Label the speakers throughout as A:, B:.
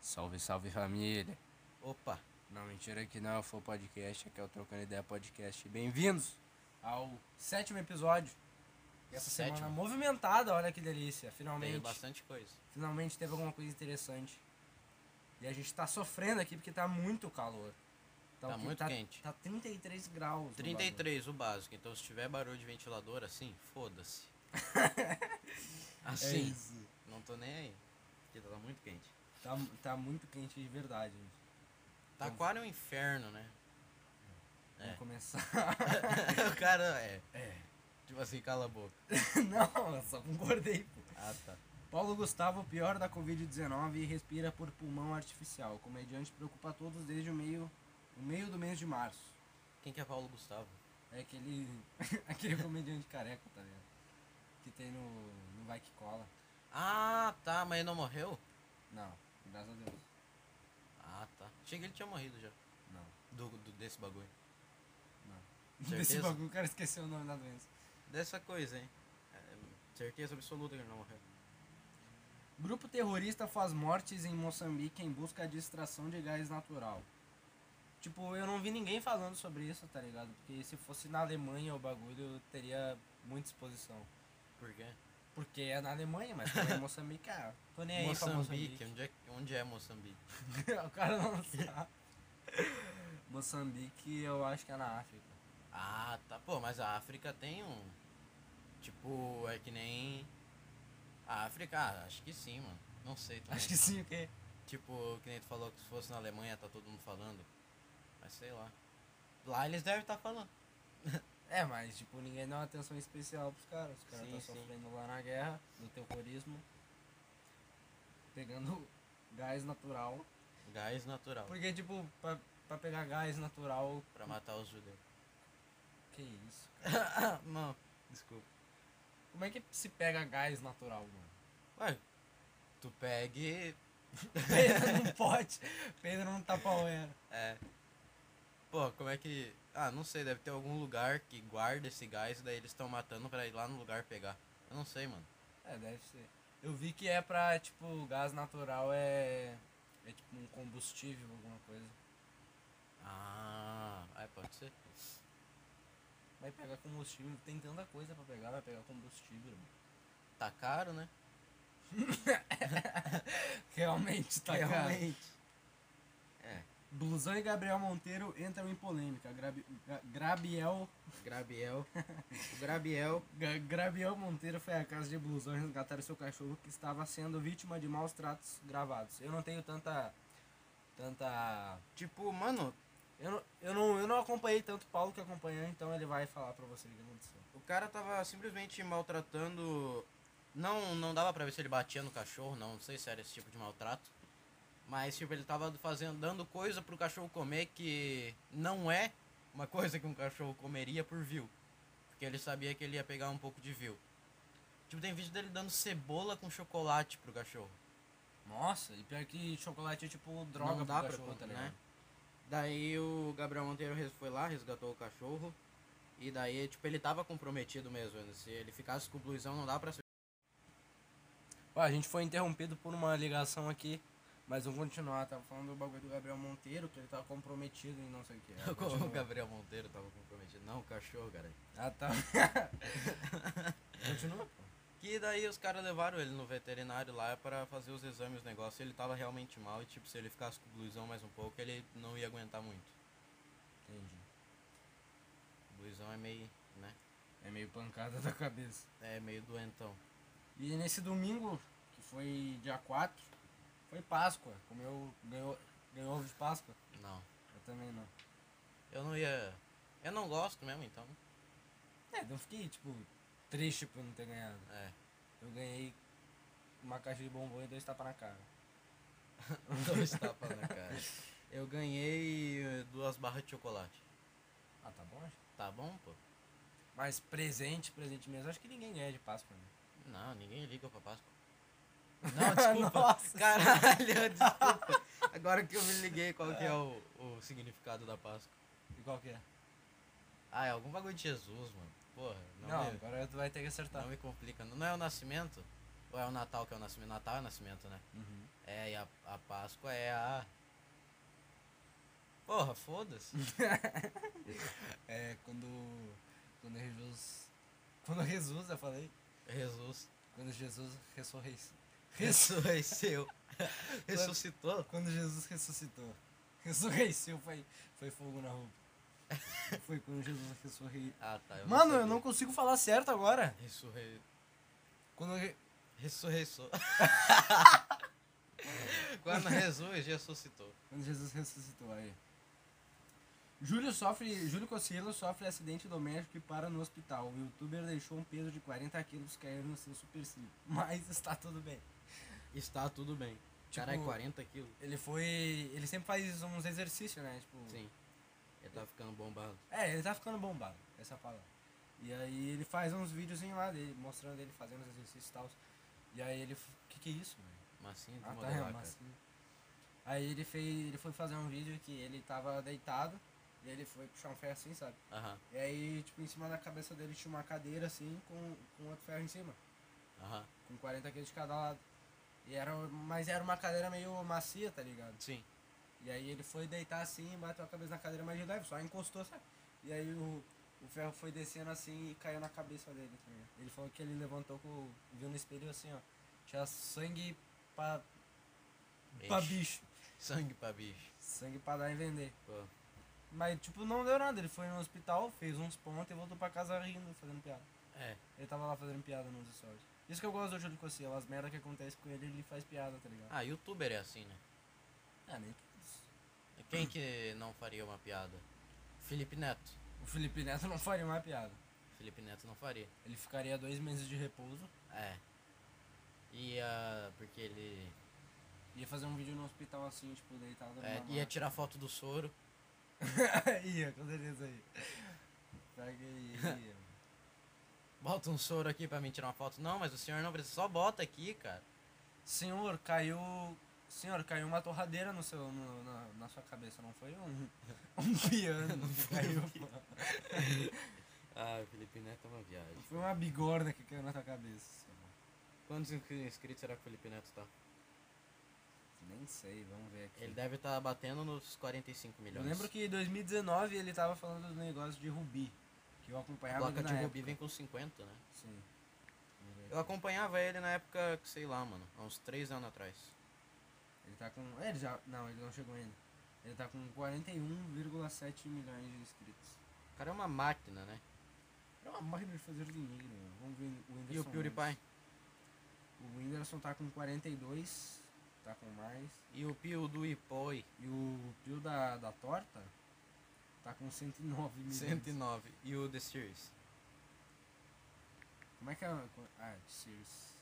A: Salve, salve família.
B: Opa,
A: Não, mentira que não, foi o podcast, aqui é o Trocando Ideia Podcast. Bem-vindos ao sétimo episódio. Essa
B: Sétimo.
A: semana movimentada, olha que delícia.
B: teve
A: Finalmente,
B: bastante coisa.
A: finalmente teve alguma coisa interessante. E a gente tá sofrendo aqui porque tá muito calor.
B: Tá
A: o que-
B: muito quente.
A: Tá 33 graus. no
B: 33, o básico. Então, se tiver barulho de ventilador assim, foda-se.
A: bagulho. É
B: Assim,
A: isso.
B: não tô nem aí. Porque tá muito quente.
A: Tá, tá muito quente de verdade. gente.
B: Taquara é um inferno, né?
A: Vamos
B: É.
A: começar.
B: o cara é.
A: É.
B: Tipo assim, cala a boca.
A: não, eu só concordei, pô.
B: Ah, tá.
A: Paulo Gustavo, pior da Covid-19 e respira por pulmão artificial. O comediante preocupa a todos desde o meio, o meio do mês de março.
B: Quem que é Paulo Gustavo?
A: É aquele, aquele comediante careca, tá vendo? Que tem no, no Vai Que Cola.
B: Ah, tá. Mas ele não morreu?
A: Não, graças a Deus.
B: Ah, tá. Achei que ele tinha morrido já.
A: Não,
B: Do, do- desse bagulho.
A: não.
B: Certeza?
A: Desse bagulho o cara esqueceu o nome da doença.
B: Dessa coisa, hein? É, certeza absoluta que ele não morreu.
A: Grupo terrorista faz mortes em Moçambique em busca de extração de gás natural. Tipo, eu não vi ninguém falando sobre isso, tá ligado? Porque se fosse na Alemanha o bagulho teria muita exposição.
B: Por quê?
A: Porque é na Alemanha, mas como é em Moçambique, ah, tô nem aí pra
B: Moçambique.
A: Moçambique.
B: Onde é, onde é Moçambique?
A: o cara não sabe. Moçambique eu acho que é na África.
B: Ah, tá. Pô, mas a África tem um. Tipo, é que nem. A África, ah, acho que sim, mano. Não sei também.
A: Acho que sim, o quê?
B: Tipo, que nem tu falou que se fosse na Alemanha tá todo mundo falando. Mas sei lá. Lá eles devem estar falando.
A: É, mas tipo, ninguém dá uma atenção especial pros caras. Os caras
B: Sim,
A: estão
B: sim.
A: sofrendo lá na guerra, no terrorismo. Pegando gás natural.
B: Gás natural.
A: Porque, tipo, pra, pra pegar gás natural.
B: Pra matar os judeus.
A: Que isso? Ah,
B: não, desculpa.
A: Como é que se pega gás natural, mano?
B: Ué, tu pegue.
A: Pedro não pode. Pedro não tá tapa o
B: É. Pô, como é que. Ah, não sei, deve ter algum lugar que guarda esse gás, daí eles estão matando pra ir lá no lugar pegar. Eu não sei, mano.
A: É, deve ser. Eu vi que é pra, tipo, gás natural é. É tipo um combustível, alguma coisa.
B: Ah, é, pode ser.
A: Vai pegar combustível, tem tanta coisa pra pegar, vai pegar combustível. mano.
B: Tá caro, né?
A: Realmente, tá Realmente.
B: É.
A: Blusão e Gabriel Monteiro entram em polêmica. Grabi, Ga- Grabiel,
B: Grabiel. O Grabiel.
A: Ga- Grabiel Monteiro foi à casa de Blusão resgatar o seu cachorro que estava sendo vítima de maus tratos gravados. Eu não tenho tanta. Tanta.
B: Tipo, mano,
A: Eu não, eu não, eu não acompanhei tanto o Paulo que acompanhou, então ele vai falar pra você o que aconteceu.
B: o cara tava simplesmente maltratando. Não, não dava pra ver se ele batia no cachorro, não, não sei se era esse tipo de maltrato. Mas, tipo, ele tava fazendo, dando coisa pro cachorro comer que não é uma coisa que um cachorro comeria por view. Porque ele sabia que ele ia pegar um pouco de view. Tipo, tem vídeo dele dando cebola com chocolate pro cachorro.
A: Nossa, e pior que chocolate é tipo droga
B: Não
A: pro
B: dá pra
A: cachorro,
B: conta,
A: tá
B: né?
A: ligado?
B: Daí o Gabriel Monteiro res- foi lá, resgatou o cachorro. E daí, tipo, ele tava comprometido mesmo. né? Se ele ficasse com o blusão, não dá pra ser.
A: Ó, a gente foi interrompido por uma ligação aqui, mas vamos continuar. Tava falando do bagulho do Gabriel Monteiro, que ele tava comprometido em não sei o que.
B: o Gabriel Monteiro tava comprometido. Não, o cachorro, cara.
A: Ah, tá. Continua, pô.
B: Que daí os caras levaram ele no veterinário lá pra fazer os exames, o negócio. Ele tava realmente mal e, tipo, se ele ficasse com o blusão mais um pouco, ele não ia aguentar muito.
A: Entendi.
B: O blusão é meio, né?
A: É meio pancada da cabeça.
B: É meio doentão.
A: E nesse domingo, que foi dia 4, foi Páscoa. Comeu, ganhou, ganhou ovo de Páscoa?
B: Não.
A: Eu também não.
B: Eu não ia. Eu não gosto mesmo, então.
A: É, eu fiquei, tipo, triste por não ter ganhado.
B: É.
A: Eu ganhei uma caixa de bombom e dois tapas na cara.
B: Dois tapas na cara. Eu ganhei eh, duas barras de chocolate.
A: Ah, tá bom, acho.
B: Tá bom, pô?
A: Mas presente, presente mesmo, acho que ninguém ganha de Páscoa, né?
B: Não, ninguém liga pra Páscoa. Não, desculpa.
A: Nossa.
B: Caralho, desculpa. Agora que eu me liguei, qual que é o, o significado da Páscoa?
A: E qual que é?
B: Ah, é algum bagulho de Jesus, mano. Porra, não,
A: Não, tá.
B: me,
A: agora tu vai ter que acertar.
B: não me complica. Não é o nascimento? ou é o Natal, que é o nascimento. Natal é o nascimento, né?
A: Uhum.
B: É, e a, a Páscoa é a. Porra, foda-se.
A: É, quando. Quando Jesus. Quando Jesus, eu falei.
B: Jesus
A: Quando Jesus ressurreição.
B: ressurreceu. Ressuscitou.
A: Quando Jesus ressuscitou. Ressurreição foi, foi fogo na roupa. Foi quando Jesus ressurreiu.
B: Ah, tá. eu
A: Mano,
B: sabia.
A: eu não consigo falar certo agora.
B: Ressurre...
A: Quando re-
B: Ressurreição. Quando Jesus ressuscitou.
A: Quando Jesus ressuscitou, aí. Júlio sofre. Júlio Cocilo sofre acidente doméstico e para no hospital. O youtuber deixou um peso de 40 quilos cair no seu supercílio. Mas está tudo bem.
B: Está tudo bem. Caralho,
A: Tipo
B: 40 quilos?
A: Ele foi. Ele sempre faz uns exercícios, né? Tipo.
B: Sim. Ele tá ficando bombado.
A: É, ele tá ficando bombado, essa é a palavra. E aí ele faz uns videozinhos lá dele, mostrando ele fazendo os exercícios e tal. E aí ele. f- Que que é isso, velho?
B: Massinha de
A: Ah, tá, é,
B: modelar,
A: mas
B: cara.
A: sim. Aí ele fez. Ele foi fazer um vídeo que ele tava deitado. E ele foi puxar um ferro assim, sabe?
B: Aham,
A: E aí, tipo, em cima da cabeça dele tinha uma cadeira assim, com, com outro ferro em cima.
B: aham.
A: Com 40 quilos de cada lado. E era, mas era uma cadeira meio macia, tá ligado?
B: Sim.
A: E aí ele foi deitar assim, bateu a cabeça na cadeira mais de leve, só encostou, sabe? E aí o, o ferro foi descendo assim e caiu na cabeça dele. tá ligado? Ele falou que ele levantou, com, viu no espelho assim, ó. Tinha sangue pra, pra
B: Ixi,
A: bicho.
B: Sangue pra bicho.
A: Sangue pra dar e vender.
B: Pô.
A: Mas, tipo, não deu nada. Ele foi no hospital, fez uns pontos e voltou pra casa rindo, fazendo piada.
B: É.
A: Ele tava lá fazendo piada nos stories. Isso que eu gosto do Júlio Cossela, as merdas que acontecem com ele, ele faz piada, tá ligado?
B: Ah, youtuber é assim, né?
A: Ah, nem todos.
B: Quem que não faria uma piada? Felipe Neto.
A: O Felipe Neto não faria uma piada.
B: Felipe Neto não faria.
A: Ele ficaria dois meses de repouso,
B: É. E ah, porque ele
A: ia fazer um vídeo no hospital assim, tipo, deitado
B: é,
A: numa
B: ia tirar foto do soro.
A: maca. ia, com certeza ia. Pior que ele ia.
B: Bota um soro aqui pra mim tirar uma foto. Não, mas o senhor não precisa. Só bota aqui, cara.
A: Senhor, caiu... Senhor, caiu uma torradeira no seu, no- na, na sua cabeça, não foi um, um piano que caiu.
B: Ah, o Felipe Neto é uma viagem.
A: Foi uma bigorna que caiu na tua cabeça. senhor.
B: Quantos inscritos será que o Felipe Neto tá?
A: Nem sei, vamos ver aqui.
B: Ele deve estar batendo nos 45
A: Eu
B: milhões.
A: lembro que em 2019 ele tava falando do negócio de Rubi, que eu
B: a
A: acompanhava
B: placa
A: ele
B: de
A: na
B: Rubi
A: época.
B: vem com 50, né?
A: Sim. Vamos ver
B: Eu
A: aqui.
B: acompanhava ele na época, que sei lá, mano, há uns 3 anos atrás.
A: Ele tá com... Ele já... Não, ele não chegou ainda. Ele tá com 41,7 milhões de inscritos.
B: O cara é uma máquina, né?
A: É uma máquina de fazer dinheiro, meu. Vamos ver o Whindersson.
B: E o PewDiePie?
A: Nunes. O Whindersson tá com 42, tá com mais.
B: E o Pio do Ipoi?
A: E o Pio da, da Torta tá com 109 milhões.
B: 109. E o The Series?
A: Como é que é? Ah, Sears.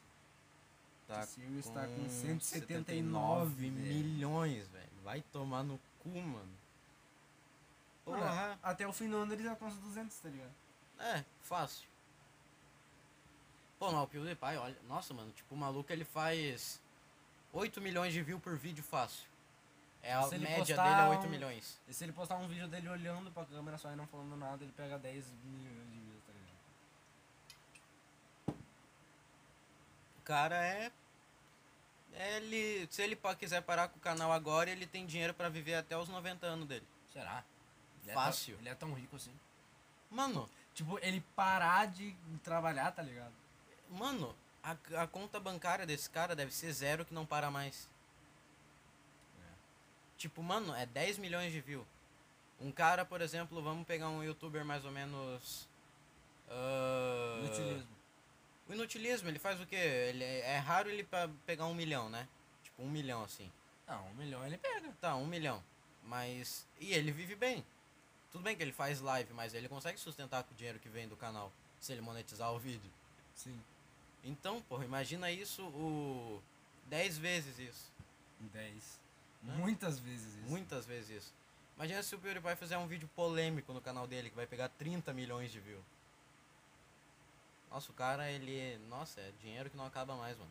B: Tá
A: Sears tá com
B: 179
A: 179
B: milhões, velho. Vai tomar no cu, mano. Porra.
A: Mano, até o fim do ano eles alcançam 200, tá ligado?
B: É, fácil. Pô, mas o PewDiePie, olha. Nossa, mano, tipo, o maluco ele faz 8 milhões de views por vídeo fácil. É a
A: Se ele
B: média
A: postar
B: dele é 8
A: um-
B: milhões.
A: E se ele postar um vídeo dele olhando pra câmera só e não falando nada, ele pega 10 milhões de views, tá ligado?
B: O cara é. é Ele, se ele pa- quiser parar com o canal agora, ele tem dinheiro pra viver até os 90 anos dele.
A: Será?
B: Fácil.
A: ele é tão rico assim.
B: Mano,
A: Tipo, ele parar de trabalhar, tá ligado?
B: Mano, a, a conta bancária desse cara deve ser zero que não para mais. Tipo, mano, é 10 milhões de views. Um cara, por exemplo, vamos pegar um youtuber mais ou menos. ah,
A: Inutilismo.
B: O inutilismo, ele faz o quê? Ele, é raro ele pa- pegar um milhão, né? Tipo, um milhão assim.
A: Não, um milhão ele pega.
B: Tá, um milhão. Mas. E ele vive bem. Tudo bem que ele faz live, mas ele consegue sustentar com o dinheiro que vem do canal. Se ele monetizar o vídeo.
A: Sim.
B: Então, porra, imagina isso o 10 vezes isso,
A: 10. Muitas vezes isso.
B: muitas vezes isso. Imagina se o PewDiePie fizer um vídeo polêmico no canal dele que vai pegar 30 milhões de views. Nossa, o cara, ele, nossa, é dinheiro que não acaba mais, mano.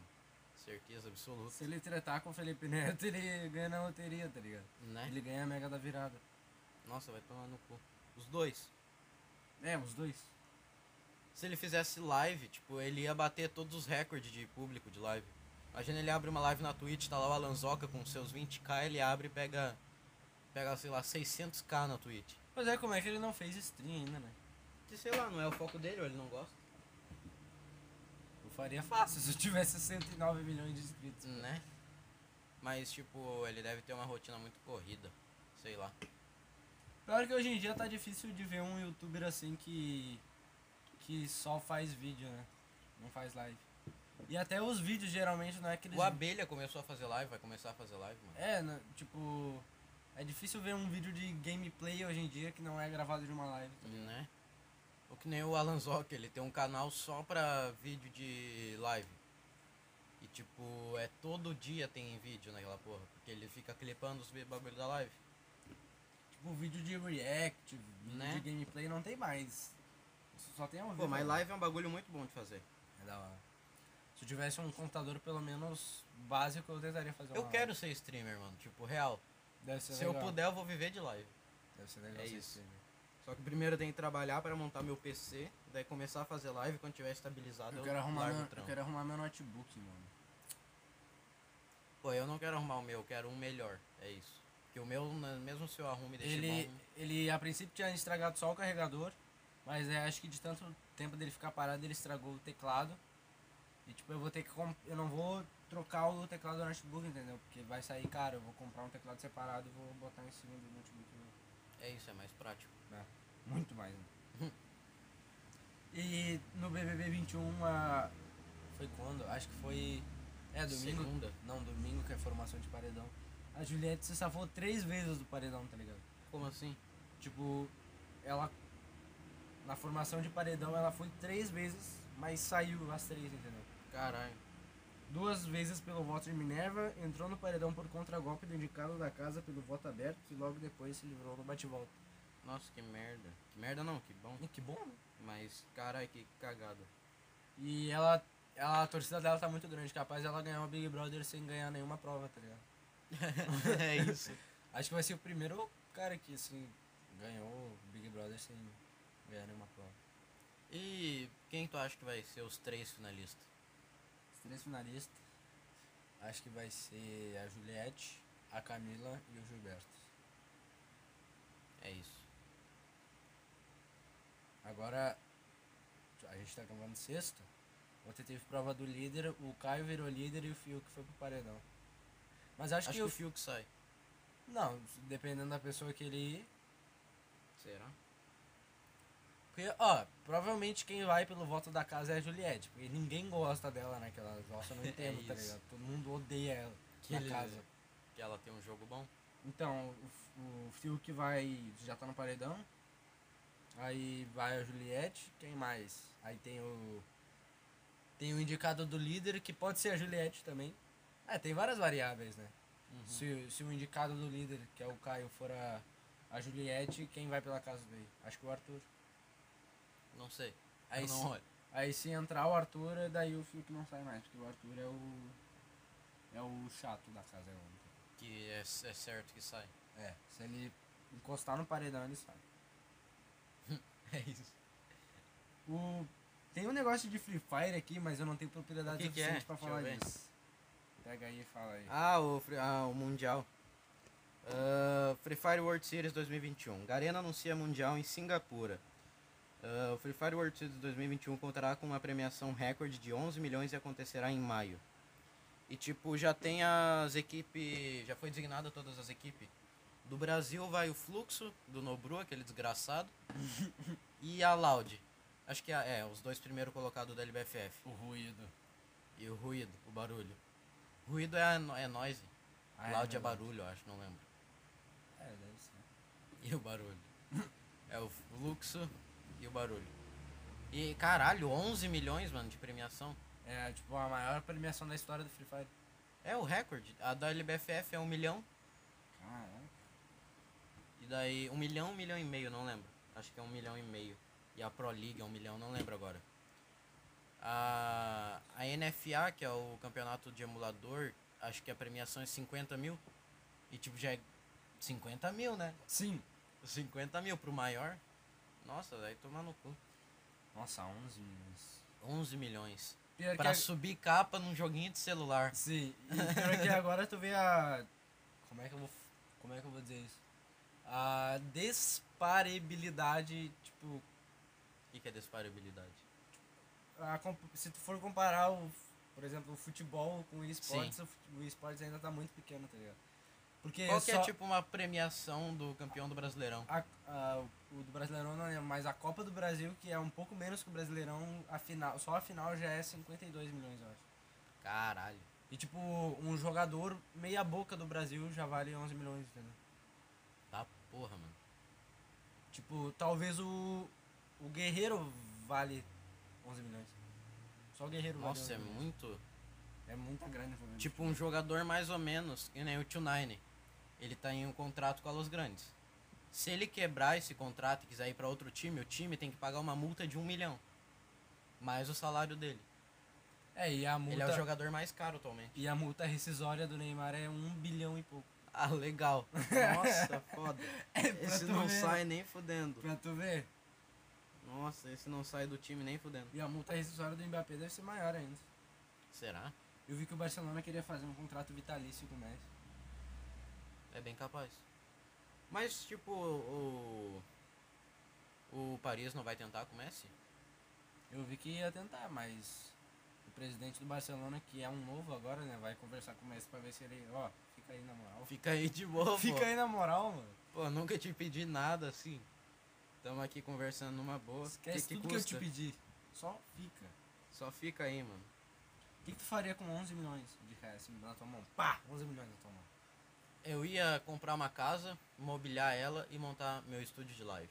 B: Certeza absoluta,
A: Se ele tretar com o Felipe Neto, ele ganha na loteria, tá ligado?
B: né?
A: Ele ganha a mega da virada.
B: Nossa, vai tomar no cu. Os dois.
A: É, os dois.
B: se ele fizesse live, tipo, ele ia bater todos os recordes de público de live. Imagina ele abre uma live na Twitch, tá lá o Alanzoca com seus 20k, ele abre e pega, pega, sei lá, 600k na Twitch.
A: Pois é, como é que ele não fez stream ainda, né?
B: Que sei lá, não é o foco dele ou ele não gosta?
A: Eu faria fácil se eu tivesse 109 milhões de inscritos.
B: Né? Mas, tipo, ele deve ter uma rotina muito corrida. Sei lá.
A: Pior que hoje em dia tá difícil de ver um youtuber assim que. que só faz vídeo, né? Não faz live. E até os vídeos geralmente não é aqueles.
B: O Abelha começou a fazer live, vai começar a fazer live, mano.
A: É, né, tipo. É difícil ver um vídeo de gameplay hoje em dia que não é gravado de uma live.
B: Né? Ou que nem o Alan Zock, ele tem um canal só pra vídeo de live. E tipo, é todo dia tem vídeo naquela porra. Porque ele fica clipando os bagulho da live.
A: Tipo, vídeo de react, vídeo
B: Né?
A: de gameplay não tem mais. Só tem ao vivo.
B: Pô, mas live é um bagulho muito bom de fazer.
A: É da hora. Se eu tivesse um computador pelo menos básico, eu tentaria fazer
B: Eu
A: uma
B: quero ser streamer, mano. Tipo, real.
A: live. Deve ser
B: Se eu
A: é legal.
B: puder, eu vou viver de live.
A: Deve ser legal
B: É
A: ser
B: isso.
A: streamer.
B: Só que primeiro eu tenho que trabalhar pra montar meu PC, daí começar a fazer live quando tiver estabilizado.
A: Eu,
B: Eu,
A: quero arrumar
B: largo
A: meu,
B: o trampo.
A: eu quero arrumar meu notebook, mano.
B: Pô, eu não quero arrumar o meu, eu quero um melhor. É isso. Porque o meu, né, mesmo se eu arrumo e deixar
A: Ele,
B: bom.
A: ele a princípio tinha estragado só o carregador, mas é, acho que de tanto tempo dele ficar parado, ele estragou o teclado. E tipo, eu vou ter que comp- eu não vou trocar o teclado do notebook, entendeu? Porque vai sair caro, eu vou comprar um teclado separado e vou botar em cima do notebook. meu.
B: É isso, é mais prático.
A: Muito mais, né? E no BBB 21, a... foi quando? Acho que foi. É, domingo?
B: Segunda.
A: Não, domingo que é formação de paredão. A Juliette se safou três vezes do paredão, tá ligado?
B: Como assim?
A: Tipo, ela. Na formação de paredão, ela foi três vezes, mas saiu as três, entendeu?
B: Caralho.
A: Duas vezes pelo voto de Minerva, entrou no paredão por contragolpe do indicado da casa pelo voto aberto e logo depois se livrou no bate-volta.
B: Nossa, que merda. Que merda não, que bom.
A: E que bom, né?
B: Mas, caralho, que cagada.
A: E ela, ela, a torcida dela tá muito grande, capaz ela ganhar o Big Brother sem ganhar nenhuma prova, tá ligado?
B: é isso.
A: Acho que vai ser o primeiro cara que, assim, ganhou o Big Brother sem ganhar nenhuma prova.
B: E quem tu acha que vai ser os três finalistas?
A: Os três finalistas, acho que vai ser a Juliette, a Camila e o Gilberto.
B: É isso.
A: Agora, a gente tá gravando sexta. Ontem teve prova do líder, o Caio virou líder e o Fiuk foi pro paredão. Mas
B: Acho,
A: acho, que,
B: que,
A: o
B: o Fiuk sai.
A: Não, dependendo da pessoa que ele ir,
B: Será?
A: Porque, ó, provavelmente quem vai pelo voto da casa é a Juliette, porque ninguém gosta dela naquela. Nossa, eu não
B: É
A: entendo, tá
B: isso.
A: ligado? Todo mundo odeia ela
B: Que
A: na
B: ele-
A: casa.
B: Que ela tem um jogo bom?
A: Então, o, F- o Fiuk vai. já tá no paredão. Aí vai a Juliette, quem mais? Aí tem o. Tem o indicado do líder, que pode ser a Juliette também. É, tem várias variáveis, né? Se, se o indicado do líder, que é o Caio, for a, a Juliette, quem vai pela casa dele? Acho que o Arthur.
B: Uhum. Não sei.
A: Aí
B: eu
A: se-
B: não olho.
A: Aí se entrar o Arthur, é daí o Fiuk não sai mais, porque o Arthur é o. É o chato da casa, é o único.
B: Que é, é certo que sai.
A: É, se ele encostar no paredão, ele sai.
B: É isso.
A: O... Tem um negócio de Free Fire aqui, mas eu não tenho
B: O
A: propriedade
B: que que
A: suficiente
B: é?
A: pra
B: Deixa
A: falar
B: eu ver.
A: disso. Pega aí e fala aí.
B: Ah, o, Fre- ah, o Mundial. Ah, Free Fire World Series 2021. Garena anuncia Mundial em Singapura. Ah, o Free Fire World Series 2021 contará com uma premiação recorde de 11 milhões e acontecerá em maio. E tipo, já tem as equipes. Já foi designada todas as equipes. Do Brasil vai o Fluxo, do Nobru, aquele desgraçado. e a Loud. Acho que é, é, os dois primeiros colocados da LBFF.
A: O ruído.
B: E o ruído, o barulho. Ruído é, no- é noise.
A: Ah, é
B: Loud é,
A: verdade.
B: barulho, eu acho, não lembro.
A: É, deve ser.
B: E o barulho. é o fluxo e o barulho. E caralho, 11 milhões, mano, de premiação.
A: É, tipo, a maior premiação da história do Free Fire.
B: É o recorde. A da LBFF é 1 milhão.
A: Caralho.
B: E daí, 1 milhão, 1 milhão e meio, não lembro. Acho que é 1 milhão e meio. E a Pro League é 1 milhão, não lembro agora. A, a NFA, que é o campeonato de emulador, acho que a premiação é 50 mil. E tipo, já é 50 mil, né?
A: Sim.
B: 50 mil pro maior? Nossa, daí tomar no cu.
A: Nossa, 11 milhões.
B: 11 milhões.
A: Pior
B: Pra
A: que
B: subir capa num joguinho de celular.
A: Sim, e pior que agora tu vê a. Como é que eu vou. Como é que eu vou dizer isso? A desparibilidade, tipo.
B: O que que é desparibilidade?
A: a comp- se tu for comparar, o, por exemplo, o futebol com o esportes, o, fut- o esportes ainda tá muito pequeno, tá ligado? Porque
B: Qual que é
A: só
B: tipo uma premiação do campeão do Brasileirão?
A: a- a- o do Brasileirão não é, mas a Copa do Brasil, que é um pouco menos que o Brasileirão, a final, só a final já é 52 milhões, eu acho.
B: Caralho.
A: E tipo, um jogador meia boca do Brasil já vale 11 milhões, entendeu?
B: Tá porra, mano.
A: Tipo, talvez o, o Guerreiro vale 11 milhões. Só o Guerreiro
B: Nossa, é
A: vale 11 milhões.
B: muito.
A: É muita grana. pra mim.
B: Tipo, um jogador mais ou menos, que nem o Tio Nine. Ele tá em um contrato com a Los Grandes. Se ele quebrar esse contrato e quiser ir pra outro time, o time tem que pagar uma multa de um milhão. Mais o salário dele.
A: É, e a multa...
B: Ele é o jogador mais caro atualmente.
A: E a multa rescisória do Neymar é um bilhão e pouco.
B: Ah, legal. Nossa, foda.
A: pra tu
B: né?
A: ver.
B: nem fudendo.
A: Pra tu ver.
B: Nossa, esse não sai do time nem fudendo.
A: E a multa rescisória do Mbappé deve ser maior ainda.
B: Será?
A: Eu vi que o Barcelona queria fazer um contrato vitalício com o Messi.
B: É bem capaz. Mas, tipo, o. O Paris não vai tentar com o Messi?
A: Eu vi que ia tentar, mas o presidente do Barcelona, que é um novo agora, né, vai conversar com o Messi pra ver se ele, ó, fica aí na moral.
B: Fica aí de boa,
A: Fica
B: pô.
A: aí na moral, mano.
B: Pô, nunca te pedi nada assim. Tamo aqui conversando numa boa.
A: Esquece
B: que que
A: tudo
B: custa?
A: que eu te pedi. Só fica.
B: Só fica aí, mano.
A: O que, que tu faria com 11 milhões de reais na tua mão? Pá! 11 milhões na tua mão.
B: Eu ia comprar uma casa, mobiliar ela e montar meu estúdio de live.